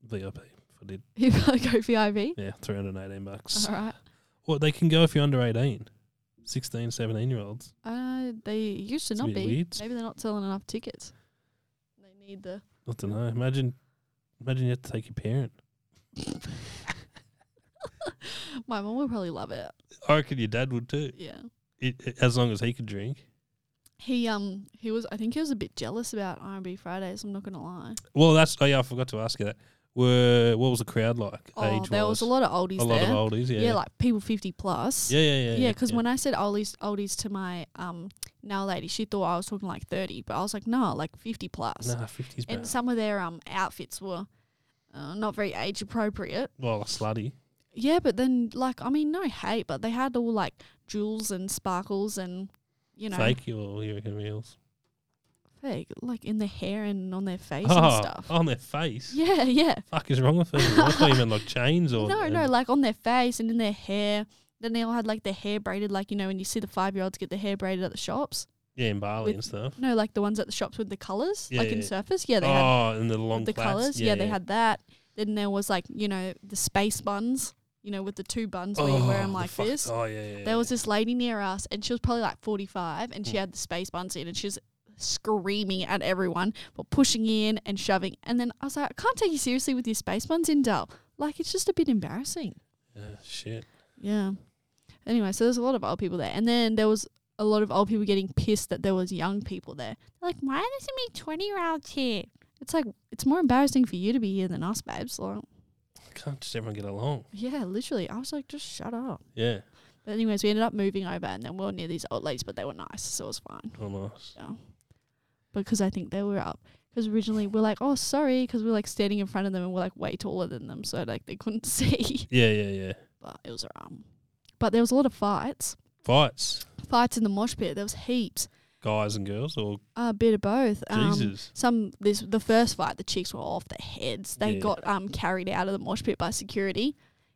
[SPEAKER 3] VIP if I did.
[SPEAKER 4] You gotta go VIV.
[SPEAKER 3] Yeah, 318 bucks.
[SPEAKER 4] All right.
[SPEAKER 3] Well, they can go if you're under 18. 16, 17 year olds.
[SPEAKER 4] Uh, they used to
[SPEAKER 3] It's a
[SPEAKER 4] not
[SPEAKER 3] bit
[SPEAKER 4] be.
[SPEAKER 3] weird.
[SPEAKER 4] Maybe they're not selling enough tickets. They need the. *laughs*
[SPEAKER 3] I don't know. Imagine, imagine you have to take your parent.
[SPEAKER 4] My mum will probably love it.
[SPEAKER 3] I reckon your dad would too.
[SPEAKER 4] Yeah.
[SPEAKER 3] It, it- as long as he could drink.
[SPEAKER 4] He um he was I think he was a bit jealous about R&B Fridays. I'm not gonna lie.
[SPEAKER 3] Well, that's oh yeah, I forgot to ask you that. Were what was the crowd like?
[SPEAKER 4] Oh,
[SPEAKER 3] age
[SPEAKER 4] there was a lot of oldies
[SPEAKER 3] a lot
[SPEAKER 4] there.
[SPEAKER 3] of oldies. Yeah,
[SPEAKER 4] yeah. like people 50 plus.
[SPEAKER 3] yeah, yeah, yeah.
[SPEAKER 4] Yeah, because when I said oldies, oldies to my um now lady, she thought I was talking like 30, but I was like, no, like 50 plus.
[SPEAKER 3] nah, fifties, bro.
[SPEAKER 4] and some of their um outfits were uh, not very age appropriate.
[SPEAKER 3] Well, slutty.
[SPEAKER 4] Yeah, but then like I mean, no hate, but they had all like jewels and sparkles and you know
[SPEAKER 3] Fake or you reckon reals?
[SPEAKER 4] fake, like in their hair and on their face
[SPEAKER 3] Oh,
[SPEAKER 4] and stuff.
[SPEAKER 3] on their face.
[SPEAKER 4] Yeah, yeah.
[SPEAKER 3] *laughs* Fuck is wrong with them? I thought you meant
[SPEAKER 4] *laughs*
[SPEAKER 3] like chains or
[SPEAKER 4] No,
[SPEAKER 3] and-
[SPEAKER 4] no, like on their face and in their hair. Then they all had like their hair braided, like you know when you see the five year olds get their hair braided at the shops.
[SPEAKER 3] yeah, in Bali
[SPEAKER 4] with-
[SPEAKER 3] and stuff.
[SPEAKER 4] No, like the ones at the shops with the colours,
[SPEAKER 3] Yeah,
[SPEAKER 4] like in
[SPEAKER 3] yeah.
[SPEAKER 4] surface. Yeah, they had
[SPEAKER 3] oh, and the long
[SPEAKER 4] the
[SPEAKER 3] plaits.
[SPEAKER 4] colours. Yeah, they had that. Then there was like you know the space buns, you know with the two buns where you wear
[SPEAKER 3] Oh,
[SPEAKER 4] them
[SPEAKER 3] the
[SPEAKER 4] like
[SPEAKER 3] fuck-
[SPEAKER 4] this.
[SPEAKER 3] Oh yeah, yeah. yeah. Hmm.
[SPEAKER 4] There was this lady near us, and she was probably like 45, and she had the space buns in, and she was screaming at everyone for pushing in and shoving. And then I was like, I can't take you seriously with your space buns in, Dale. Like, it's just a bit embarrassing.
[SPEAKER 3] Yeah, shit.
[SPEAKER 4] Yeah. Anyway, so there's a lot of old people there. And then there was a lot of old people getting pissed that there was young people there. They're like, why are there so many 20 year olds here? It's like, it's more embarrassing for you to be here than us, babes. Like,
[SPEAKER 3] Can't just everyone get along?
[SPEAKER 4] yeah, literally. I was like, just shut up.
[SPEAKER 3] Yeah.
[SPEAKER 4] But anyways, we ended up moving over and then we were near these old ladies, but they were nice, so it was fine.
[SPEAKER 3] Oh, nice.
[SPEAKER 4] Because I think they were up. Because originally we are like, oh, sorry, because we were like standing in front of them and we're like way taller than them, so like they couldn't *laughs* see.
[SPEAKER 3] Yeah, yeah, yeah.
[SPEAKER 4] But it was um, but there was a lot of fights,
[SPEAKER 3] Fights,
[SPEAKER 4] fights in the mosh pit. There was heaps,
[SPEAKER 3] guys and girls, or
[SPEAKER 4] a bit of both. Um,
[SPEAKER 3] Jesus.
[SPEAKER 4] Some this the first fight, the chicks were off their heads. They
[SPEAKER 3] Yeah.
[SPEAKER 4] got um carried out of the mosh pit by security.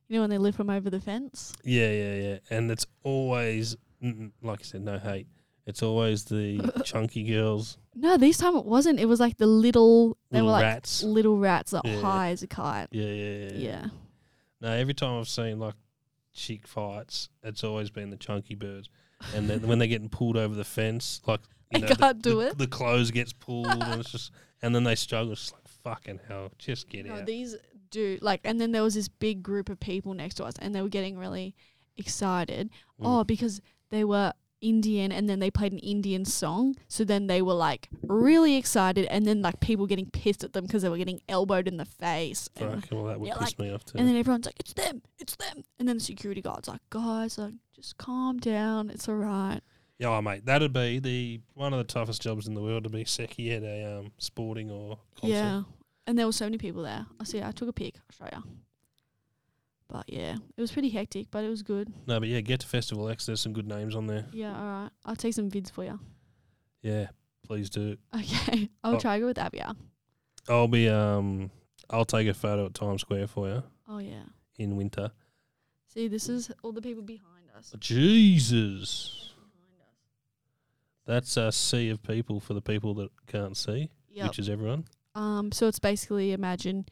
[SPEAKER 4] You know when they lift them over the fence.
[SPEAKER 3] Yeah, yeah, yeah. And it's always, mm, like I said, no hate. It's always
[SPEAKER 4] *laughs*
[SPEAKER 3] the chunky girls,
[SPEAKER 4] No, this time it wasn't. It was like the little they
[SPEAKER 3] little
[SPEAKER 4] were like
[SPEAKER 3] rats.
[SPEAKER 4] little rats that
[SPEAKER 3] Yeah.
[SPEAKER 4] high as a kite.
[SPEAKER 3] Yeah, yeah, yeah,
[SPEAKER 4] Yeah.
[SPEAKER 3] No, every time I've seen like chick fights, it's always been the chunky birds. and then when they're getting pulled over the fence,
[SPEAKER 4] *laughs*
[SPEAKER 3] like you
[SPEAKER 4] They
[SPEAKER 3] know, the-
[SPEAKER 4] can't do
[SPEAKER 3] the,
[SPEAKER 4] it.
[SPEAKER 3] The clothes gets pulled,
[SPEAKER 4] *laughs*
[SPEAKER 3] and it's just, and then they struggle. It's like fucking hell, just get
[SPEAKER 4] No,
[SPEAKER 3] out.
[SPEAKER 4] these do like, and then there was this big group of people next to us, and they were getting really excited.
[SPEAKER 3] Mm.
[SPEAKER 4] Oh, because they were Indian, and then they played an Indian song, so then they were like really excited, and then like people getting pissed at them because they were getting elbowed in the face, and,
[SPEAKER 3] Fuck, well, that would
[SPEAKER 4] Yeah,
[SPEAKER 3] piss
[SPEAKER 4] like-
[SPEAKER 3] me off too.
[SPEAKER 4] and then everyone's like, "It's them, it's them," and then the security guard's like, "Guys, like just calm down, it's all right."
[SPEAKER 3] yeah, oh, mate, that'd be the one of the toughest jobs in the world to be secchi at a um, sporting or concert.
[SPEAKER 4] Yeah, and there were so many people there. I see. I took a pic. I'll show you. But yeah, it was pretty hectic, but it was good.
[SPEAKER 3] No, but yeah, get to Festival X. There's some good names on there.
[SPEAKER 4] Yeah, all right. I'll take some vids for you.
[SPEAKER 3] Yeah, please do.
[SPEAKER 4] *laughs* Okay, I'll
[SPEAKER 3] Oh.
[SPEAKER 4] try to go with Abia.
[SPEAKER 3] I'll be um, I'll take a photo at Times Square for you
[SPEAKER 4] Oh yeah.
[SPEAKER 3] in winter.
[SPEAKER 4] See, this is all the people behind us.
[SPEAKER 3] Jesus, that's a sea of people for the people that can't see,
[SPEAKER 4] Yep.
[SPEAKER 3] which is everyone.
[SPEAKER 4] Um. So it's basically imagine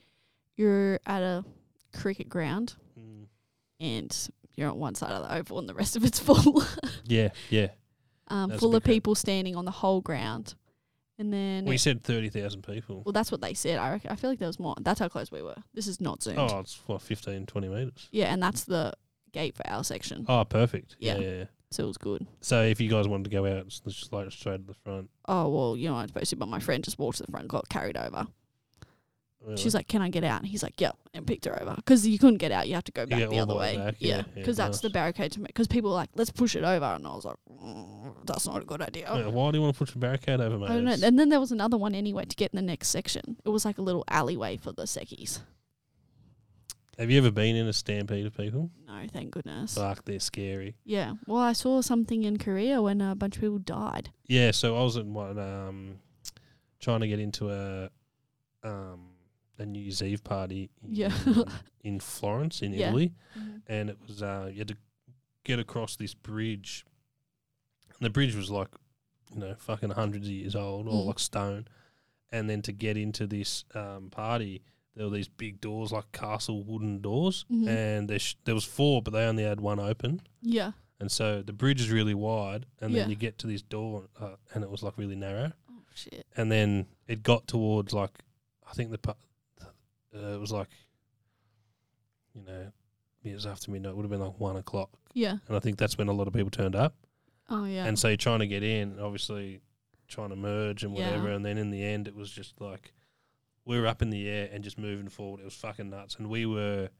[SPEAKER 4] you're at a cricket ground
[SPEAKER 3] Mm.
[SPEAKER 4] and you're on one side of the oval and the rest of it's full. *laughs*
[SPEAKER 3] Yeah, yeah.
[SPEAKER 4] um,
[SPEAKER 3] That's
[SPEAKER 4] full of
[SPEAKER 3] wicked.
[SPEAKER 4] people standing on the whole ground, and then
[SPEAKER 3] We said thirty thousand people.
[SPEAKER 4] well, that's what they said. I reckon, I feel like there was more. That's how close we were. This is not zoomed.
[SPEAKER 3] Oh, it's what 15, 20 meters.
[SPEAKER 4] Yeah, and that's the gate for our section.
[SPEAKER 3] Oh, perfect.
[SPEAKER 4] Yeah.
[SPEAKER 3] yeah, yeah.
[SPEAKER 4] So it was good.
[SPEAKER 3] So if you guys wanted to go out, it's just like straight at the front.
[SPEAKER 4] Oh well, you know, I'm supposed to, but my friend just walked to the front, got carried over. She's like, "Can I get out?" And he's like, "Yep," and picked her over because you couldn't get out. You had to go back
[SPEAKER 3] get
[SPEAKER 4] the
[SPEAKER 3] all
[SPEAKER 4] other
[SPEAKER 3] the
[SPEAKER 4] way.
[SPEAKER 3] way back,
[SPEAKER 4] yeah,
[SPEAKER 3] yeah,
[SPEAKER 4] because
[SPEAKER 3] yeah,
[SPEAKER 4] that's
[SPEAKER 3] nice.
[SPEAKER 4] the barricade to me. Because people were like, "Let's push it over," and I was like, "Mm, "That's not a good idea."
[SPEAKER 3] Wait, why do you want to push the barricade over, mate?
[SPEAKER 4] "Oh." I don't know.
[SPEAKER 3] It's-
[SPEAKER 4] And then there was another one anyway to get in the next section. It was like a little alleyway for the seckies.
[SPEAKER 3] Have you ever been in a stampede of people?
[SPEAKER 4] No, thank goodness.
[SPEAKER 3] Fuck, they're scary.
[SPEAKER 4] yeah. Well, I saw something in Korea when a bunch of people died.
[SPEAKER 3] Yeah, so I was in one um, trying to get into a um, a New Year's Eve party. In,
[SPEAKER 4] Yeah.
[SPEAKER 3] *laughs* in Florence, in
[SPEAKER 4] Yeah.
[SPEAKER 3] Italy,
[SPEAKER 4] Mm-hmm.
[SPEAKER 3] and it was uh, you had to get across this bridge. And the bridge was like, you know, fucking hundreds of years old, or
[SPEAKER 4] Mm.
[SPEAKER 3] like stone. And then to get into this um, party, there were these big doors, like castle wooden doors,
[SPEAKER 4] Mhm.
[SPEAKER 3] and there sh- there was four, but they only had one open.
[SPEAKER 4] Yeah.
[SPEAKER 3] And so the bridge is really wide, and then
[SPEAKER 4] Yeah.
[SPEAKER 3] you get to this door, uh, and it was like really narrow.
[SPEAKER 4] Oh shit.
[SPEAKER 3] And then it got towards like, I think the pa- uh, it was like, you know, it was after midnight. It would have been like one o'clock,
[SPEAKER 4] Yeah.
[SPEAKER 3] and I think that's when a lot of people turned up.
[SPEAKER 4] Oh yeah.
[SPEAKER 3] And so you're trying to get in, and obviously trying to merge and
[SPEAKER 4] Yeah.
[SPEAKER 3] whatever. And then in the end, it was just like we were up in the air and just moving forward. It was fucking nuts. And we were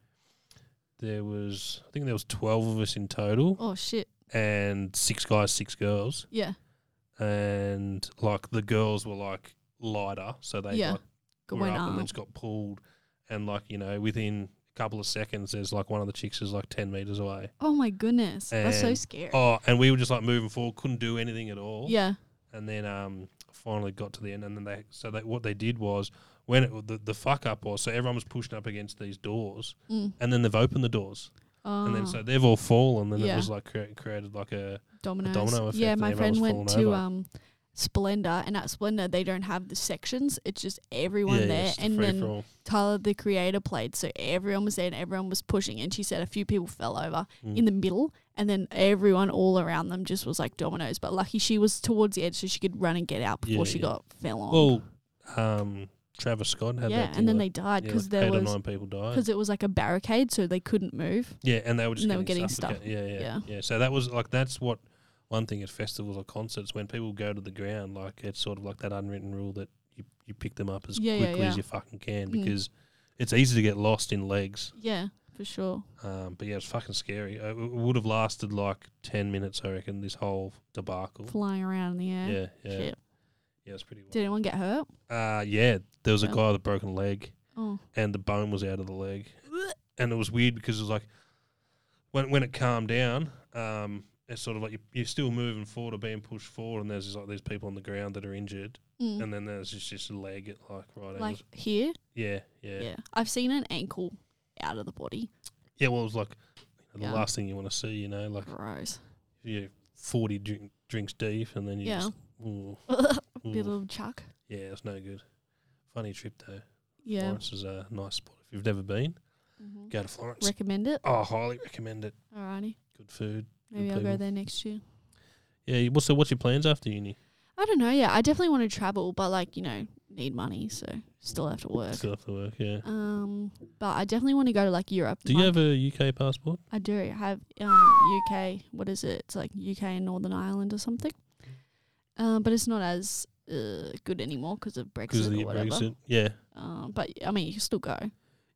[SPEAKER 3] there was I think there was twelve of us in total
[SPEAKER 4] oh shit.
[SPEAKER 3] and six guys, six girls,
[SPEAKER 4] Yeah.
[SPEAKER 3] and like the girls were like lighter, so they
[SPEAKER 4] Yeah.
[SPEAKER 3] like, were
[SPEAKER 4] Going
[SPEAKER 3] up and
[SPEAKER 4] up.
[SPEAKER 3] then just got pulled, and like you know within a couple of seconds, there's like one of the chicks is like ten meters away.
[SPEAKER 4] Oh my goodness, that's so
[SPEAKER 3] And-
[SPEAKER 4] scary.
[SPEAKER 3] Oh, and we were just like moving forward, couldn't do anything at all.
[SPEAKER 4] yeah,
[SPEAKER 3] and then um finally got to the end, and then they so they what they did was when it, the the fuck up was so everyone was pushing up against these doors,
[SPEAKER 4] Mm.
[SPEAKER 3] and then they've opened the doors, and
[SPEAKER 4] Ah,
[SPEAKER 3] then so they've all fallen, and
[SPEAKER 4] Yeah.
[SPEAKER 3] it was like crea- created like a
[SPEAKER 4] dominoes.
[SPEAKER 3] domino effect
[SPEAKER 4] yeah,
[SPEAKER 3] and
[SPEAKER 4] my
[SPEAKER 3] everyone
[SPEAKER 4] friend
[SPEAKER 3] was
[SPEAKER 4] went
[SPEAKER 3] falling
[SPEAKER 4] to
[SPEAKER 3] over.
[SPEAKER 4] um Splendor, and at Splendor they don't have the sections; it's just everyone
[SPEAKER 3] yeah,
[SPEAKER 4] there.
[SPEAKER 3] just a
[SPEAKER 4] and then
[SPEAKER 3] free-for-all.
[SPEAKER 4] Tyler, the creator, played, so everyone was there and everyone was pushing. And she said a few people fell over
[SPEAKER 3] Mm.
[SPEAKER 4] in the middle, and then everyone all around them just was like dominoes. But lucky she was towards the edge, so she could run and get out before
[SPEAKER 3] Yeah,
[SPEAKER 4] she
[SPEAKER 3] yeah.
[SPEAKER 4] got fell on.
[SPEAKER 3] Well, um, Travis Scott had
[SPEAKER 4] yeah,
[SPEAKER 3] that.
[SPEAKER 4] and then they died because there
[SPEAKER 3] eight or
[SPEAKER 4] was
[SPEAKER 3] nine people died.
[SPEAKER 4] because it was like a barricade, so they couldn't move.
[SPEAKER 3] Yeah, and they were just
[SPEAKER 4] and they were
[SPEAKER 3] getting,
[SPEAKER 4] getting
[SPEAKER 3] suffocated. Yeah, yeah,
[SPEAKER 4] Yeah.
[SPEAKER 3] yeah, So that was like that's what one thing at festivals or concerts when people go to the ground, like it's sort of like that unwritten rule that you you pick them up as
[SPEAKER 4] Yeah, yeah,
[SPEAKER 3] quickly
[SPEAKER 4] yeah.
[SPEAKER 3] as you fucking can
[SPEAKER 4] Mm.
[SPEAKER 3] because it's easy to get lost in legs.
[SPEAKER 4] Yeah, for sure.
[SPEAKER 3] Um, but yeah, it's fucking scary. Uh, It, it would have lasted like ten minutes, I reckon. This whole debacle.
[SPEAKER 4] Flying around in the air.
[SPEAKER 3] Yeah, yeah,
[SPEAKER 4] Shit.
[SPEAKER 3] yeah. It's pretty. Wild.
[SPEAKER 4] Did anyone get hurt?
[SPEAKER 3] Uh, yeah, there was a
[SPEAKER 4] Yeah.
[SPEAKER 3] guy with a broken leg.
[SPEAKER 4] Oh.
[SPEAKER 3] and the bone was out of the leg. And it was weird because it was like when when it calmed down, um, it's sort of like you, you're still moving forward or being pushed forward, and there's just like these people on the ground that are injured,
[SPEAKER 4] Mm.
[SPEAKER 3] and then there's just just a leg at like right
[SPEAKER 4] Like
[SPEAKER 3] angles.
[SPEAKER 4] here?
[SPEAKER 3] Yeah, yeah,
[SPEAKER 4] Yeah.
[SPEAKER 3] yeah,
[SPEAKER 4] I've seen an ankle out of the body.
[SPEAKER 3] Well, it was like you know,
[SPEAKER 4] Yeah.
[SPEAKER 3] the last thing you want to see, you know, like
[SPEAKER 4] *laughs* Gross.
[SPEAKER 3] you're forty drink, drinks deep, and then you
[SPEAKER 4] Yeah.
[SPEAKER 3] just, ooh, ooh.
[SPEAKER 4] Bit of chuck.
[SPEAKER 3] yeah, it's no good. Funny trip though.
[SPEAKER 4] Yeah.
[SPEAKER 3] Florence is a nice spot. If you've never been,
[SPEAKER 4] Mhm.
[SPEAKER 3] go to Florence.
[SPEAKER 4] Recommend it.
[SPEAKER 3] oh, highly recommend it.
[SPEAKER 4] Alrighty.
[SPEAKER 3] Good food.
[SPEAKER 4] Maybe I'll go
[SPEAKER 3] people.
[SPEAKER 4] there next year.
[SPEAKER 3] Yeah. What's so? What's your plans after uni?
[SPEAKER 4] I don't know. Yeah, I definitely want to travel, but like you know, need money, so still have to work.
[SPEAKER 3] Still after work. Yeah.
[SPEAKER 4] Um, but I definitely want to go to like Europe.
[SPEAKER 3] Do you
[SPEAKER 4] My-
[SPEAKER 3] have a UK passport?
[SPEAKER 4] I do I have um UK. What is it? It's like UK and Northern Ireland or something. Um, but it's not as uh, good anymore because of
[SPEAKER 3] Because of
[SPEAKER 4] Brexit
[SPEAKER 3] the
[SPEAKER 4] or whatever.
[SPEAKER 3] Brexit. Yeah.
[SPEAKER 4] Um, but I mean, you can still go.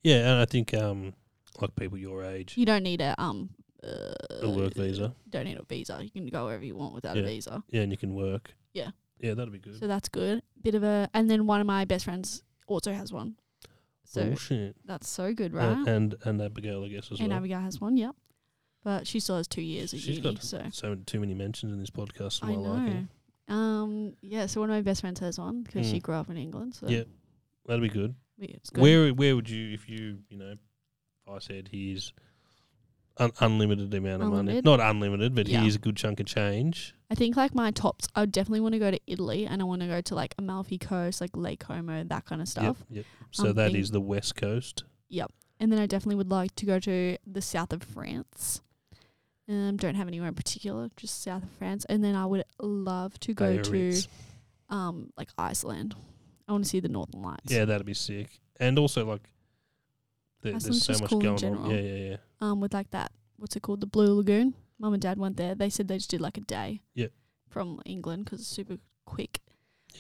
[SPEAKER 3] Yeah, and I think um, like people your age,
[SPEAKER 4] You don't need a um uh,
[SPEAKER 3] a work visa.
[SPEAKER 4] Don't need a visa. You can go wherever you want without a
[SPEAKER 3] Yeah.
[SPEAKER 4] visa.
[SPEAKER 3] Yeah, and you can work.
[SPEAKER 4] Yeah.
[SPEAKER 3] Yeah, that'd be good.
[SPEAKER 4] So that's good. Bit of a and then one of my best friends also has one. So
[SPEAKER 3] Bullshit.
[SPEAKER 4] that's so good, right?
[SPEAKER 3] And, and and Abigail, I guess as
[SPEAKER 4] and
[SPEAKER 3] well.
[SPEAKER 4] Abigail has one, yep. But she still has two years at
[SPEAKER 3] She's
[SPEAKER 4] uni,
[SPEAKER 3] got
[SPEAKER 4] so
[SPEAKER 3] So too many mentions in this podcast. For
[SPEAKER 4] I
[SPEAKER 3] my
[SPEAKER 4] know.
[SPEAKER 3] liking.
[SPEAKER 4] Um, yeah. So one of my best friends has one because she
[SPEAKER 3] Mm.
[SPEAKER 4] grew up in England. So
[SPEAKER 3] Yeah. That'd be good.
[SPEAKER 4] we- it's good.
[SPEAKER 3] Where where would you if you you know, if I said he's un- unlimited amount of
[SPEAKER 4] Unlimited?
[SPEAKER 3] money, not unlimited, but
[SPEAKER 4] Yeah.
[SPEAKER 3] he is a good chunk of change.
[SPEAKER 4] I think like my tops, I would definitely want to go to Italy and I want to go to like Amalfi Coast, like Lake Como, that kind of
[SPEAKER 3] Yep,
[SPEAKER 4] stuff. Um,
[SPEAKER 3] yep. So
[SPEAKER 4] I'm
[SPEAKER 3] that
[SPEAKER 4] think-
[SPEAKER 3] is the west coast.
[SPEAKER 4] And then I definitely would like to go to the south of France. Um, don't have anywhere in particular, just south of France. And then I would love to go
[SPEAKER 3] There it's-
[SPEAKER 4] to um like Iceland. I want to see the Northern Lights.
[SPEAKER 3] Yeah, that'd be sick. And also like there, there's
[SPEAKER 4] Iceland's
[SPEAKER 3] so
[SPEAKER 4] just
[SPEAKER 3] much
[SPEAKER 4] cool in
[SPEAKER 3] going on.
[SPEAKER 4] general.
[SPEAKER 3] Yeah, yeah, yeah.
[SPEAKER 4] um, with like that what's it called, the Blue Lagoon. Mum and Dad went there. They said they just did like a day.
[SPEAKER 3] Yeah.
[SPEAKER 4] From England 'cause it's super quick.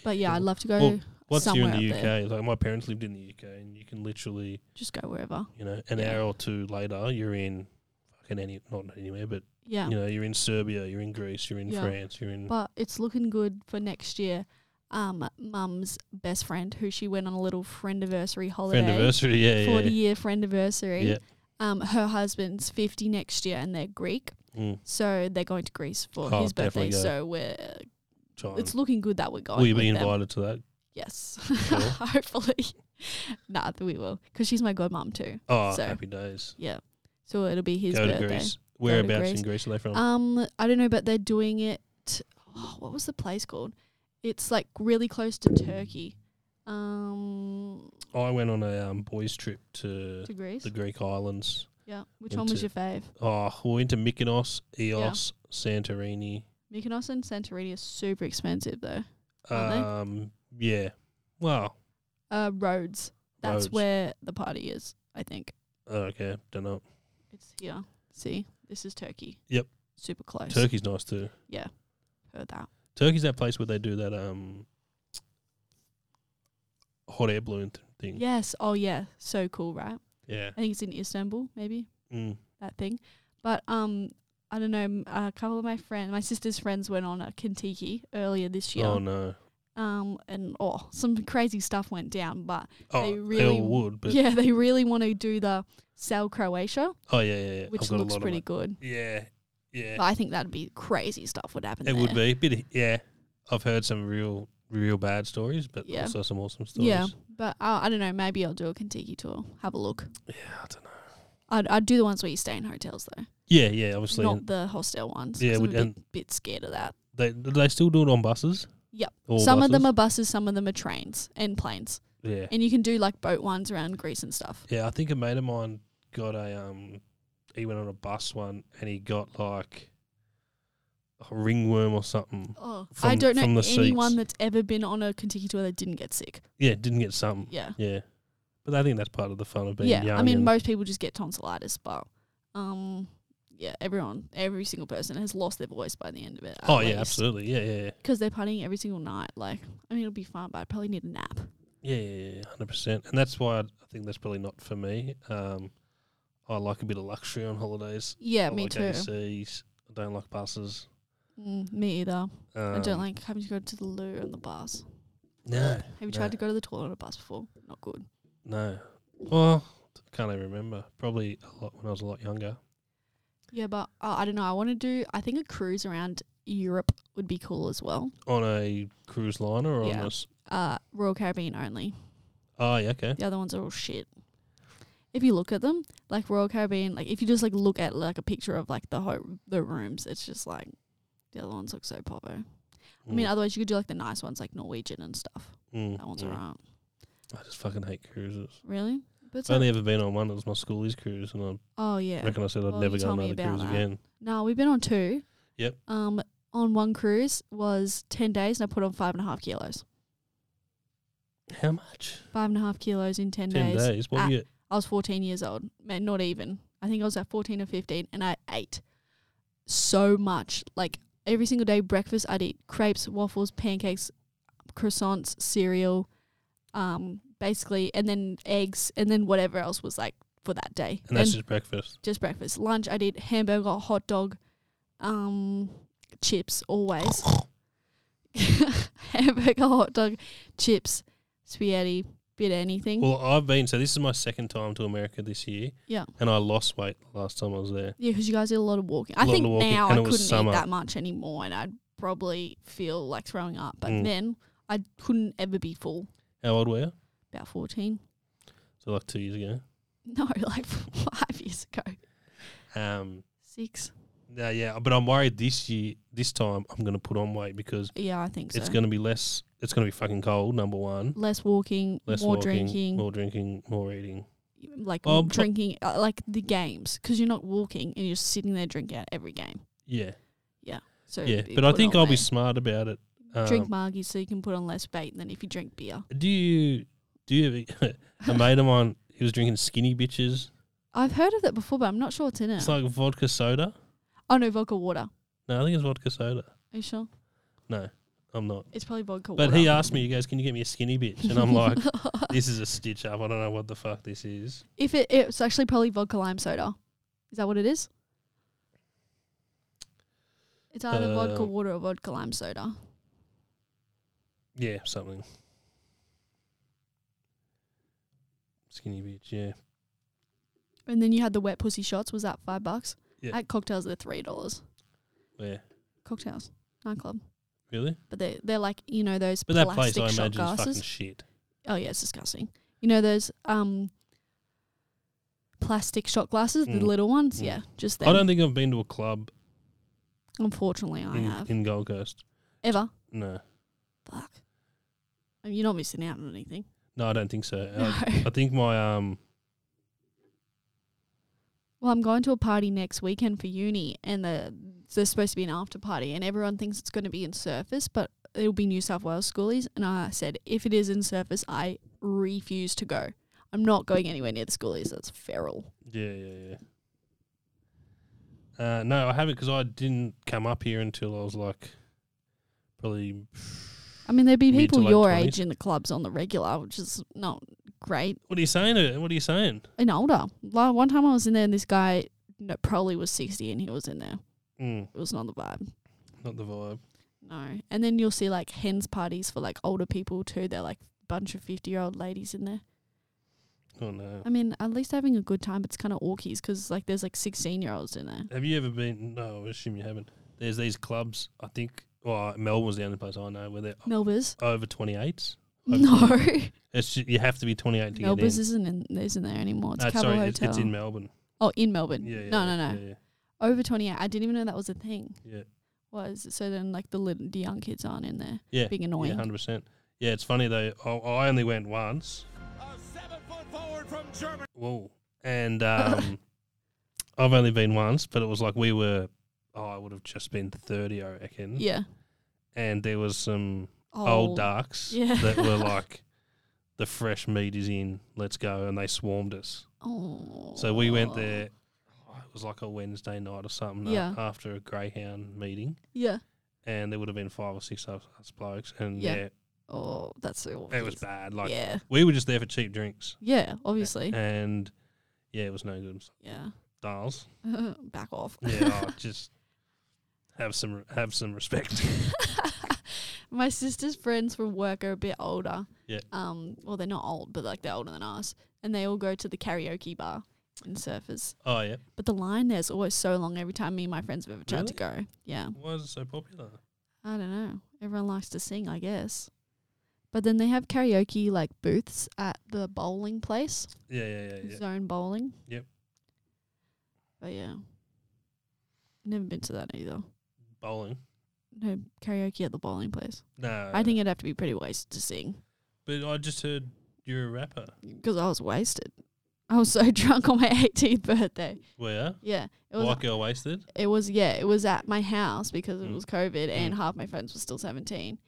[SPEAKER 4] But yeah, I'd love to go.
[SPEAKER 3] Well, What's you
[SPEAKER 4] somewhere
[SPEAKER 3] in the
[SPEAKER 4] up
[SPEAKER 3] UK?
[SPEAKER 4] there.
[SPEAKER 3] Like my parents lived in the UK, and you can literally,
[SPEAKER 4] Just go wherever.
[SPEAKER 3] you know, an
[SPEAKER 4] Yeah.
[SPEAKER 3] hour or two later, you're in fucking any, not anywhere, but
[SPEAKER 4] Yeah.
[SPEAKER 3] you know, you're in Serbia, you're in Greece, you're in
[SPEAKER 4] Yeah.
[SPEAKER 3] France, you're in.
[SPEAKER 4] But it's looking good for next year. Um, Mum's best friend, who she went on a little friendiversary holiday,
[SPEAKER 3] Friendiversary, yeah, yeah,
[SPEAKER 4] forty
[SPEAKER 3] yeah.
[SPEAKER 4] year friendiversary.
[SPEAKER 3] Yeah.
[SPEAKER 4] Um, her husband's fifty next year, and they're Greek,
[SPEAKER 3] Mm,
[SPEAKER 4] so they're going to Greece for
[SPEAKER 3] Oh,
[SPEAKER 4] his birthday.
[SPEAKER 3] definitely go.
[SPEAKER 4] So we're
[SPEAKER 3] John.
[SPEAKER 4] it's looking good that we're going.
[SPEAKER 3] Will you be
[SPEAKER 4] with them.
[SPEAKER 3] invited to that?
[SPEAKER 4] Yes, *laughs*
[SPEAKER 3] Sure.
[SPEAKER 4] hopefully. *laughs* nah, but we will, because she's my godmom too.
[SPEAKER 3] Oh,
[SPEAKER 4] So,
[SPEAKER 3] happy days.
[SPEAKER 4] Yeah, so it'll be his
[SPEAKER 3] Go to
[SPEAKER 4] birthday.
[SPEAKER 3] Greece. Whereabouts
[SPEAKER 4] Greece.
[SPEAKER 3] in Greece are they from?
[SPEAKER 4] Um, I don't know, but they're doing it. Oh, what was the place called? It's like really close to Turkey. Um,
[SPEAKER 3] I went on a um, boys' trip to
[SPEAKER 4] to Greece.
[SPEAKER 3] Uh, the Greek islands.
[SPEAKER 4] yeah. Which
[SPEAKER 3] went
[SPEAKER 4] one was
[SPEAKER 3] to-
[SPEAKER 4] your fave?
[SPEAKER 3] Oh, we went to Mykonos, Eos, Santorini.
[SPEAKER 4] Mykonos and Santorini are super expensive though. Aren't they?
[SPEAKER 3] Um, yeah. Wow.
[SPEAKER 4] Uh, Rhodes. That's
[SPEAKER 3] Rhodes.
[SPEAKER 4] where the party is. I think
[SPEAKER 3] Oh, okay. Don't know.
[SPEAKER 4] it's here. See, this is Turkey.
[SPEAKER 3] Yep.
[SPEAKER 4] Super close.
[SPEAKER 3] Turkey's nice too.
[SPEAKER 4] Heard that.
[SPEAKER 3] Turkey's that place where they do that um hot air balloon th- thing.
[SPEAKER 4] Yes. Oh yeah. So cool, right?
[SPEAKER 3] Yeah.
[SPEAKER 4] I think it's in Istanbul, maybe
[SPEAKER 3] Mm.
[SPEAKER 4] that thing. But um, I don't know. m- A couple of my friends, my sister's friends, went on a Kentucky earlier this year.
[SPEAKER 3] Oh no.
[SPEAKER 4] Um, and oh, some crazy stuff went down. But
[SPEAKER 3] Oh,
[SPEAKER 4] They
[SPEAKER 3] they,
[SPEAKER 4] really-
[SPEAKER 3] all would, but
[SPEAKER 4] yeah, they really want to do the Sell Croatia,
[SPEAKER 3] oh yeah, yeah, yeah.
[SPEAKER 4] which
[SPEAKER 3] I've got a
[SPEAKER 4] looks
[SPEAKER 3] lot
[SPEAKER 4] pretty
[SPEAKER 3] of
[SPEAKER 4] good.
[SPEAKER 3] my- Yeah, yeah.
[SPEAKER 4] But I think that'd be crazy stuff would happen.
[SPEAKER 3] it
[SPEAKER 4] there.
[SPEAKER 3] would be bit. Of, yeah, I've heard some real, real bad stories, but
[SPEAKER 4] Yeah.
[SPEAKER 3] also some awesome stories.
[SPEAKER 4] Yeah, but uh, I don't know. Maybe I'll do a Kentucky tour. Have a look.
[SPEAKER 3] yeah. I don't know.
[SPEAKER 4] I'd, I'd do the ones where you stay in hotels though,
[SPEAKER 3] Yeah, yeah. Obviously,
[SPEAKER 4] not the hostel ones.
[SPEAKER 3] Yeah,
[SPEAKER 4] 'cause
[SPEAKER 3] we-
[SPEAKER 4] I'm a
[SPEAKER 3] and-
[SPEAKER 4] bit, bit scared of that.
[SPEAKER 3] they do they still do it on buses.
[SPEAKER 4] Yep.
[SPEAKER 3] All
[SPEAKER 4] some of them
[SPEAKER 3] buses?
[SPEAKER 4] are buses, some of them are trains and planes.
[SPEAKER 3] Yeah,
[SPEAKER 4] And you can do like boat ones around Greece and stuff.
[SPEAKER 3] yeah. I think a mate of mine got a um. He went on a bus one, and he got like a ringworm or something.
[SPEAKER 4] Oh, I
[SPEAKER 3] From-
[SPEAKER 4] don't
[SPEAKER 3] from
[SPEAKER 4] know
[SPEAKER 3] the
[SPEAKER 4] anyone
[SPEAKER 3] seats.
[SPEAKER 4] that's ever been on a Kentucky tour that didn't get sick.
[SPEAKER 3] Yeah, didn't get something.
[SPEAKER 4] Yeah.
[SPEAKER 3] Yeah. But I think that's part of the fun of being
[SPEAKER 4] yeah.
[SPEAKER 3] young.
[SPEAKER 4] I mean,
[SPEAKER 3] and-
[SPEAKER 4] most people just get tonsillitis, but um, yeah, everyone, every single person has lost their voice by the end of it.
[SPEAKER 3] oh, yeah, absolutely. Yeah, yeah, yeah.
[SPEAKER 4] Because they're partying every single night. Like, I mean, it'll be fun, but I probably need a nap.
[SPEAKER 3] Yeah, yeah, yeah, 100%. And that's why I think that's probably not for me. Um, I like a bit of luxury on holidays.
[SPEAKER 4] Yeah,
[SPEAKER 3] I
[SPEAKER 4] me
[SPEAKER 3] like
[SPEAKER 4] too.
[SPEAKER 3] ACs. I don't like buses.
[SPEAKER 4] Mm, me either.
[SPEAKER 3] Um,
[SPEAKER 4] I don't like having to go to the loo on the bus.
[SPEAKER 3] No,
[SPEAKER 4] Have you
[SPEAKER 3] no,
[SPEAKER 4] tried to go to the toilet on a bus before? Not good.
[SPEAKER 3] No. Well, can't even remember. Probably a lot when I was a lot younger.
[SPEAKER 4] Yeah, but uh, I don't know. I want to do. I think a cruise around Europe would be cool as well.
[SPEAKER 3] On a cruise liner or on
[SPEAKER 4] Yeah.
[SPEAKER 3] a. s-
[SPEAKER 4] Uh, Royal Caribbean only.
[SPEAKER 3] Oh, yeah, okay.
[SPEAKER 4] The other ones are all shit. If you look at them, like Royal Caribbean, like if you just like look at like a picture of like the ho- the rooms, it's just like the other ones look so popo. I mean,
[SPEAKER 3] Mm,
[SPEAKER 4] otherwise you could do like the nice ones like Norwegian and stuff.
[SPEAKER 3] mm,
[SPEAKER 4] That one's
[SPEAKER 3] mm.
[SPEAKER 4] alright.
[SPEAKER 3] I just fucking hate cruises.
[SPEAKER 4] Really? But it's
[SPEAKER 3] I've only ever been on one. It was my schoolies cruise, and I
[SPEAKER 4] oh yeah.
[SPEAKER 3] reckon I said I'd
[SPEAKER 4] Well,
[SPEAKER 3] never
[SPEAKER 4] you
[SPEAKER 3] go on
[SPEAKER 4] told me
[SPEAKER 3] another
[SPEAKER 4] about
[SPEAKER 3] cruise
[SPEAKER 4] that.
[SPEAKER 3] again.
[SPEAKER 4] No, we've been on two.
[SPEAKER 3] Yep.
[SPEAKER 4] Um, on one cruise was 10 days and I put on five and a half kilos.
[SPEAKER 3] How much?
[SPEAKER 4] Five and a half kilos in 10,
[SPEAKER 3] Ten
[SPEAKER 4] days.
[SPEAKER 3] days. What
[SPEAKER 4] Ah.
[SPEAKER 3] were you?
[SPEAKER 4] I was 14 years old. Man, not even. I think I was at 14 or 15 and I ate so much. Like every single day, breakfast, I'd eat crepes, waffles, pancakes, croissants, cereal, um, basically, and then eggs, and then whatever else was like for that day.
[SPEAKER 3] And that's just breakfast.
[SPEAKER 4] just breakfast. Lunch, I'd eat hamburger, hot dog, um, chips, always. *laughs* hamburger, hot dog, chips, spaghetti, bit of anything.
[SPEAKER 3] Well, I've been so this is my second time to America this year.
[SPEAKER 4] Yeah.
[SPEAKER 3] And I lost weight last time I was there.
[SPEAKER 4] Yeah, because you guys did a lot of walking.
[SPEAKER 3] A
[SPEAKER 4] I
[SPEAKER 3] lot
[SPEAKER 4] think
[SPEAKER 3] of walking,
[SPEAKER 4] now
[SPEAKER 3] and
[SPEAKER 4] I
[SPEAKER 3] it was
[SPEAKER 4] couldn't
[SPEAKER 3] summer.
[SPEAKER 4] eat that much anymore, and I'd probably feel like throwing up. But
[SPEAKER 3] Mm.
[SPEAKER 4] then I couldn't ever be full.
[SPEAKER 3] How old were you?
[SPEAKER 4] About fourteen? *laughs*
[SPEAKER 3] So like two years ago.
[SPEAKER 4] No, like *laughs* five years ago,
[SPEAKER 3] Um.
[SPEAKER 4] six.
[SPEAKER 3] Yeah, yeah. But I'm worried this year, this time, I'm gonna put on weight because
[SPEAKER 4] Yeah, I think so.
[SPEAKER 3] it's gonna be less. It's gonna be fucking cold. Number one.
[SPEAKER 4] less walking,
[SPEAKER 3] Less
[SPEAKER 4] more
[SPEAKER 3] walking,
[SPEAKER 4] drinking,
[SPEAKER 3] more drinking, more eating.
[SPEAKER 4] like
[SPEAKER 3] Oh,
[SPEAKER 4] more
[SPEAKER 3] but-
[SPEAKER 4] drinking, uh, like the games, because you're not walking and you're just sitting there drinking at every game.
[SPEAKER 3] Yeah,
[SPEAKER 4] So
[SPEAKER 3] yeah.
[SPEAKER 4] it
[SPEAKER 3] But I
[SPEAKER 4] put
[SPEAKER 3] think
[SPEAKER 4] on
[SPEAKER 3] I'll be
[SPEAKER 4] weight.
[SPEAKER 3] smart about it. Um,
[SPEAKER 4] drink margies so you can put on less weight than if you drink beer.
[SPEAKER 3] Do you? Do you? Have *laughs* a, a mate of mine, he was drinking skinny bitches.
[SPEAKER 4] I've heard of that before, but I'm not sure what's in it.
[SPEAKER 3] It's like vodka soda.
[SPEAKER 4] oh no, vodka water.
[SPEAKER 3] No, I think it's vodka soda.
[SPEAKER 4] Are you sure?
[SPEAKER 3] I'm not.
[SPEAKER 4] It's probably vodka water.
[SPEAKER 3] But he asked me, "You guys, can you get me a skinny bitch?" And I'm
[SPEAKER 4] *laughs*
[SPEAKER 3] like, "This is a stitch up. I don't know what the fuck this is."
[SPEAKER 4] if it, it's actually probably vodka lime soda. Is that what it is? It's either vodka
[SPEAKER 3] Uh,
[SPEAKER 4] water or vodka lime soda.
[SPEAKER 3] Yeah, something. Skinny bitch. Yeah.
[SPEAKER 4] And then you had the wet pussy shots. Was that five bucks?
[SPEAKER 3] Yeah.
[SPEAKER 4] At cocktails, they're three dollars.
[SPEAKER 3] Where?
[SPEAKER 4] Cocktails, nightclub,
[SPEAKER 3] Really?
[SPEAKER 4] but they they're like you know those
[SPEAKER 3] But that
[SPEAKER 4] plastic
[SPEAKER 3] place, I
[SPEAKER 4] shot
[SPEAKER 3] imagine, is
[SPEAKER 4] glasses.
[SPEAKER 3] fucking shit.
[SPEAKER 4] oh yeah, it's disgusting. You know those um plastic shot glasses,
[SPEAKER 3] Mm.
[SPEAKER 4] the little ones.
[SPEAKER 3] Mm.
[SPEAKER 4] Yeah, just
[SPEAKER 3] I
[SPEAKER 4] them.
[SPEAKER 3] don't think I've been to a club
[SPEAKER 4] Unfortunately, I
[SPEAKER 3] in,
[SPEAKER 4] have
[SPEAKER 3] in Gold Coast.
[SPEAKER 4] ever.
[SPEAKER 3] No,
[SPEAKER 4] Fuck. I mean, you're not missing out on anything.
[SPEAKER 3] no, I don't think so.
[SPEAKER 4] *laughs*
[SPEAKER 3] I-
[SPEAKER 4] No.
[SPEAKER 3] I think my um,
[SPEAKER 4] Well, I'm going to a party next weekend for uni, and the there's supposed to be an after party, and everyone thinks it's going to be in Surface, but it'll be New South Wales schoolies. And I said, if it is in Surface, I refuse to go. I'm not going anywhere near the schoolies. That's feral.
[SPEAKER 3] yeah, yeah, yeah. Uh, no, I haven't because I didn't come up here until I was like probably.
[SPEAKER 4] I mean, there'd be
[SPEAKER 3] Mid to
[SPEAKER 4] people
[SPEAKER 3] late
[SPEAKER 4] your
[SPEAKER 3] 20s.
[SPEAKER 4] age in the clubs on the regular, which is not great.
[SPEAKER 3] What are you saying? uh, What are you saying?
[SPEAKER 4] And older. Like one time I was in there, and this guy no, probably was 60, and he was in there.
[SPEAKER 3] Mm,
[SPEAKER 4] It was not the vibe.
[SPEAKER 3] not the vibe.
[SPEAKER 4] No. And then you'll see like hens parties for like older people too. They're like bunch of 50 year old ladies in there.
[SPEAKER 3] Oh no.
[SPEAKER 4] I mean, at least having a good time, but it's kind of orkies because like there's like 16 year olds in there.
[SPEAKER 3] Have you ever been? No, I assume you haven't. There's these clubs. I think. Well, Melbourne's the only place I know where they're
[SPEAKER 4] Melbers?
[SPEAKER 3] over 28s.
[SPEAKER 4] No. *laughs*
[SPEAKER 3] It's ju- you have to be 28 to
[SPEAKER 4] Melbers
[SPEAKER 3] get in.
[SPEAKER 4] isn't in, isn't there anymore. It's
[SPEAKER 3] Uh,
[SPEAKER 4] Cabo
[SPEAKER 3] sorry, it's,
[SPEAKER 4] Hotel.
[SPEAKER 3] it's in Melbourne.
[SPEAKER 4] oh, in Melbourne.
[SPEAKER 3] Yeah, yeah.
[SPEAKER 4] no, no, no.
[SPEAKER 3] yeah, yeah.
[SPEAKER 4] Over 28. I didn't even know that was a thing.
[SPEAKER 3] Yeah.
[SPEAKER 4] Was so then like the, lit- the young kids aren't in there.
[SPEAKER 3] Yeah,
[SPEAKER 4] Being annoying.
[SPEAKER 3] Yeah, hundred percent. Yeah, it's funny though. I, I only went once. Whoa, and um, *laughs* I've only been once, but it was like we were. Oh, I would have just been thirty, I reckon.
[SPEAKER 4] Yeah.
[SPEAKER 3] And there was some
[SPEAKER 4] Oh,
[SPEAKER 3] old darks
[SPEAKER 4] Yeah.
[SPEAKER 3] that
[SPEAKER 4] *laughs*
[SPEAKER 3] were like, the fresh meat is in. Let's go, and they swarmed us.
[SPEAKER 4] Oh.
[SPEAKER 3] So we went there. oh, It was like a Wednesday night or something. uh,
[SPEAKER 4] Yeah.
[SPEAKER 3] After a Greyhound meeting,
[SPEAKER 4] Yeah.
[SPEAKER 3] and there would have been five or six of us blokes, and
[SPEAKER 4] Yeah. Oh, that's so.
[SPEAKER 3] yeah, it was
[SPEAKER 4] orkies.
[SPEAKER 3] bad. Like
[SPEAKER 4] yeah.
[SPEAKER 3] we were just there for cheap drinks.
[SPEAKER 4] Yeah. Obviously.
[SPEAKER 3] And yeah, it was no good.
[SPEAKER 4] Yeah. *laughs*
[SPEAKER 3] Dials.
[SPEAKER 4] Back off.
[SPEAKER 3] Yeah, oh, just have some have some
[SPEAKER 4] *laughs*
[SPEAKER 3] respect.
[SPEAKER 4] My sister's friends from work are a bit older.
[SPEAKER 3] Yeah.
[SPEAKER 4] Um. Well, they're not old, but like they're older than us, and they all go to the karaoke bar in Surfers.
[SPEAKER 3] oh yeah.
[SPEAKER 4] But the line there's always so long every time me and my friends have ever tried to go. Yeah.
[SPEAKER 3] Why is it so popular?
[SPEAKER 4] I don't know. Everyone likes to sing, I guess. But then they have karaoke like booths at the bowling place,
[SPEAKER 3] Yeah, yeah, yeah, yeah.
[SPEAKER 4] zone bowling.
[SPEAKER 3] Yep.
[SPEAKER 4] But yeah, never been to that either.
[SPEAKER 3] Bowling.
[SPEAKER 4] No karaoke at the bowling place.
[SPEAKER 3] No.
[SPEAKER 4] I think I'd have to be pretty wasted to sing.
[SPEAKER 3] But I just heard you're a rapper.
[SPEAKER 4] because I was wasted. I was so *laughs* drunk on my 18th birthday.
[SPEAKER 3] Where?
[SPEAKER 4] Yeah, it was.
[SPEAKER 3] White girl wasted.
[SPEAKER 4] It was yeah. It was at my house because it
[SPEAKER 3] Mm.
[SPEAKER 4] was COVID and half my friends were still 17.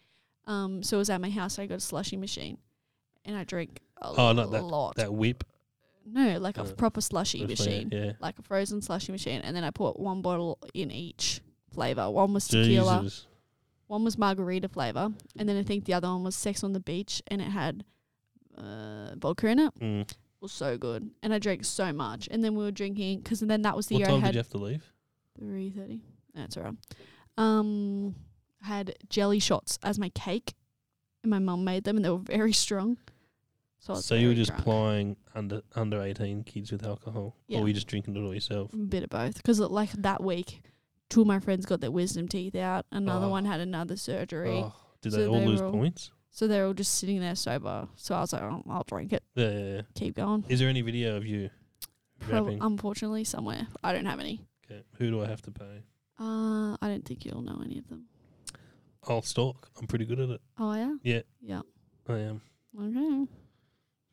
[SPEAKER 4] Um, so it was at my house. I got a slushy machine, and I drink a
[SPEAKER 3] Oh, not
[SPEAKER 4] lot.
[SPEAKER 3] That whip.
[SPEAKER 4] No, like a
[SPEAKER 3] Uh,
[SPEAKER 4] proper slushy
[SPEAKER 3] with flavour,
[SPEAKER 4] machine,
[SPEAKER 3] Yeah.
[SPEAKER 4] like a frozen slushy machine, and then I put one bottle in each flavor. One was tequila,
[SPEAKER 3] Jesus.
[SPEAKER 4] one was margarita flavor, and then I think the other one was Sex on the Beach, and it had uh, vodka in it.
[SPEAKER 3] Mm.
[SPEAKER 4] It was so good, and I drank so much. And then we were drinking because then that was the
[SPEAKER 3] What
[SPEAKER 4] year
[SPEAKER 3] time
[SPEAKER 4] I
[SPEAKER 3] did
[SPEAKER 4] had
[SPEAKER 3] you have to leave?
[SPEAKER 4] Three thirty. That's alright. Um, I had jelly shots as my cake, and my mum made them, and they were very strong. So, I was
[SPEAKER 3] So you were
[SPEAKER 4] very
[SPEAKER 3] just
[SPEAKER 4] drunk.
[SPEAKER 3] plying under under eighteen kids with alcohol,
[SPEAKER 4] Yeah.
[SPEAKER 3] or were you just drinking it all yourself?
[SPEAKER 4] a bit of both, because like that week, two of my friends got their wisdom teeth out. Another
[SPEAKER 3] Oh.
[SPEAKER 4] one had another surgery,
[SPEAKER 3] Oh, did
[SPEAKER 4] So
[SPEAKER 3] they all
[SPEAKER 4] they
[SPEAKER 3] lose
[SPEAKER 4] were all-
[SPEAKER 3] points?
[SPEAKER 4] so they're all just sitting there sober. So I was like, oh, I'll drink it,
[SPEAKER 3] Yeah, yeah, yeah.
[SPEAKER 4] keep going.
[SPEAKER 3] Is there any video of you
[SPEAKER 4] Prob-
[SPEAKER 3] rapping?
[SPEAKER 4] unfortunately, somewhere I don't have any.
[SPEAKER 3] okay. Who do I have to pay?
[SPEAKER 4] Uh, I don't think you'll know any of them.
[SPEAKER 3] I'll stalk. Oh, I'm pretty good at it.
[SPEAKER 4] Oh yeah,
[SPEAKER 3] Yeah.
[SPEAKER 4] yeah.
[SPEAKER 3] I am
[SPEAKER 4] Okay,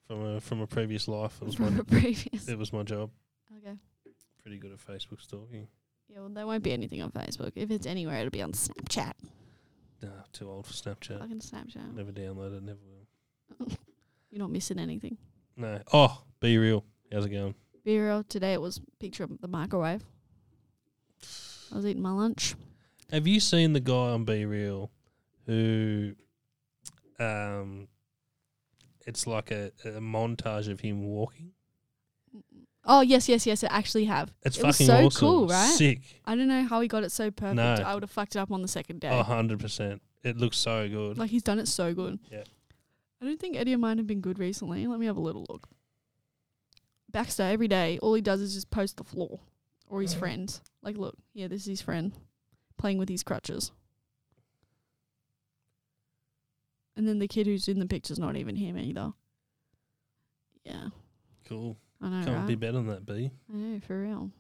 [SPEAKER 3] from a from a previous life. It was my
[SPEAKER 4] *laughs* from a previous.
[SPEAKER 3] it was my job.
[SPEAKER 4] Okay.
[SPEAKER 3] Pretty good at Facebook stalking.
[SPEAKER 4] Yeah, well, there won't be anything on Facebook. If it's anywhere, it'll be on Snapchat.
[SPEAKER 3] Nah, too old for Snapchat.
[SPEAKER 4] Fucking Snapchat.
[SPEAKER 3] Never downloaded. Never will.
[SPEAKER 4] You're not missing anything.
[SPEAKER 3] No. Oh, be real. How's it going?
[SPEAKER 4] Be real. Today it was picture of the microwave. I was eating my lunch.
[SPEAKER 3] Have you seen the guy on Be Real who um it's like a, a montage of him walking?
[SPEAKER 4] Oh yes, yes, yes. I actually have.
[SPEAKER 3] It's
[SPEAKER 4] It was
[SPEAKER 3] fucking
[SPEAKER 4] so
[SPEAKER 3] awesome.
[SPEAKER 4] cool, right?
[SPEAKER 3] Sick.
[SPEAKER 4] I don't know how he got it so perfect.
[SPEAKER 3] No. Oh,
[SPEAKER 4] I would have fucked it up on the second day.
[SPEAKER 3] A hundred percent. It looks so good.
[SPEAKER 4] Like he's done it so good.
[SPEAKER 3] Yeah.
[SPEAKER 4] I don't think any of mine have been good recently. Let me have a little look. Baxter every day, all he does is just post the floor or
[SPEAKER 3] Mm.
[SPEAKER 4] his friends. Like, look, yeah, this is his friend playing with his crutches. And then the kid who's in the picture's not even him either. Yeah,
[SPEAKER 3] cool.
[SPEAKER 4] I know,
[SPEAKER 3] Can't
[SPEAKER 4] right?
[SPEAKER 3] be better than that, B.
[SPEAKER 4] I know for real.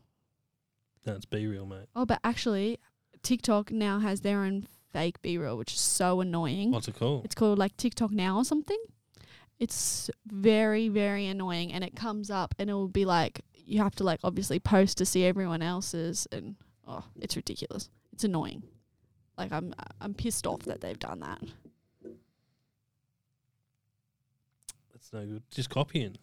[SPEAKER 3] That's Be Real, mate.
[SPEAKER 4] Oh, but actually, TikTok now has their own fake B roll, which is so annoying.
[SPEAKER 3] What's it called?
[SPEAKER 4] It's called like TikTok Now or something. It's very, very annoying and it comes up and it will be like you have to like obviously post to see everyone else's and oh, it's ridiculous. It's annoying. Like I'm I'm pissed off that they've done that.
[SPEAKER 3] That's no good. Just copying.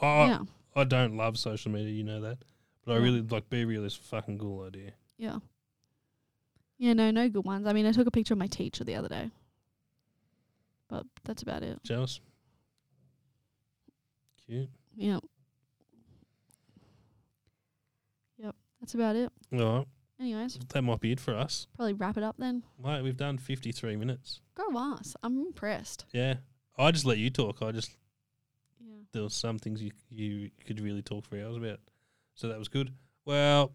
[SPEAKER 3] Oh,
[SPEAKER 4] yeah.
[SPEAKER 3] I don't love social media, you know that. But I
[SPEAKER 4] Yeah.
[SPEAKER 3] really like Be Real is a fucking cool idea.
[SPEAKER 4] Yeah. Yeah, no, no good ones. I mean, I took a picture of my teacher the other day. But that's about it.
[SPEAKER 3] Jealous? Cute.
[SPEAKER 4] Yeah. Yep, that's about it.
[SPEAKER 3] All right.
[SPEAKER 4] Anyways,
[SPEAKER 3] That might be it for us.
[SPEAKER 4] probably wrap it up then.
[SPEAKER 3] Mate, we've done 53 minutes.
[SPEAKER 4] Go us. I'm impressed.
[SPEAKER 3] Yeah. I just let you talk. I just,
[SPEAKER 4] Yeah.
[SPEAKER 3] there was some things you, you could really talk for hours about. So that was good. Well,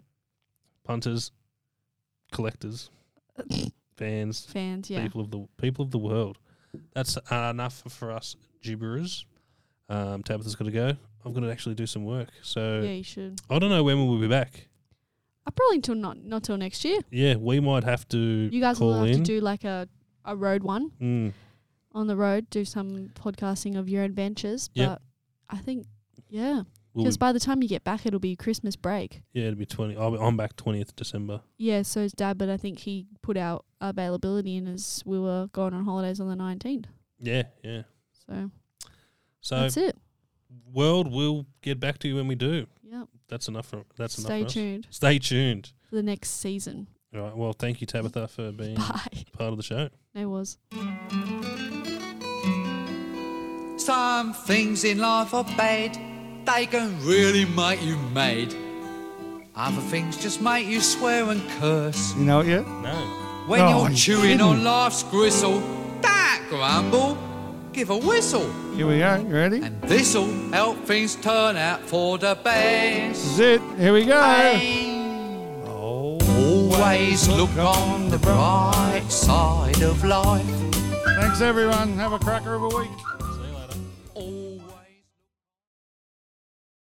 [SPEAKER 3] punters, collectors, fans,
[SPEAKER 4] *coughs* fans. Yeah,
[SPEAKER 3] people of the people of the world. That's uh, enough for us gibberers. Um, Tabitha's got to go. I'm going to actually do some work. So
[SPEAKER 4] yeah, you should.
[SPEAKER 3] I don't know when we'll be back.
[SPEAKER 4] Uh, probably until not not till next year.
[SPEAKER 3] Yeah, we might have to
[SPEAKER 4] You guys
[SPEAKER 3] call
[SPEAKER 4] will have
[SPEAKER 3] in.
[SPEAKER 4] to do like a a road one
[SPEAKER 3] Mm,
[SPEAKER 4] on the road. Do some podcasting of your adventures. But
[SPEAKER 3] Yep.
[SPEAKER 4] I think
[SPEAKER 3] we'll
[SPEAKER 4] yeah,
[SPEAKER 3] be-
[SPEAKER 4] because by the time you get back, it'll be Christmas break.
[SPEAKER 3] yeah, it'll be 20. I'll be, I'm back 20th December.
[SPEAKER 4] Yeah, so is Dad, but I think he put out availability in as we were going on holidays on the nineteenth.
[SPEAKER 3] Yeah, yeah.
[SPEAKER 4] So
[SPEAKER 3] So
[SPEAKER 4] that's it.
[SPEAKER 3] world will get back to you when we do.
[SPEAKER 4] Yep.
[SPEAKER 3] That's enough for that's
[SPEAKER 4] Stay
[SPEAKER 3] enough. for us.
[SPEAKER 4] tuned
[SPEAKER 3] Stay tuned.
[SPEAKER 4] for the next season. *laughs*
[SPEAKER 3] All right. Well, thank you, Tabitha, for being
[SPEAKER 4] Bye.
[SPEAKER 3] part of the show.
[SPEAKER 4] No was.
[SPEAKER 6] Some things in life are bad, they can really make you mad. Other things just make you swear and curse.
[SPEAKER 1] You know it yet?
[SPEAKER 3] No.
[SPEAKER 6] When
[SPEAKER 1] Oh,
[SPEAKER 6] you're
[SPEAKER 1] you
[SPEAKER 6] chewing on
[SPEAKER 1] didn't.
[SPEAKER 6] life's gristle, that grumble, give a whistle,
[SPEAKER 1] Here we go. You ready?
[SPEAKER 6] and this'll help things turn out for the best.
[SPEAKER 1] This is it. Here we go.
[SPEAKER 6] And Always look on the bright side of life.
[SPEAKER 1] Thanks, everyone. Have a cracker of a week.
[SPEAKER 3] See you later.
[SPEAKER 6] Always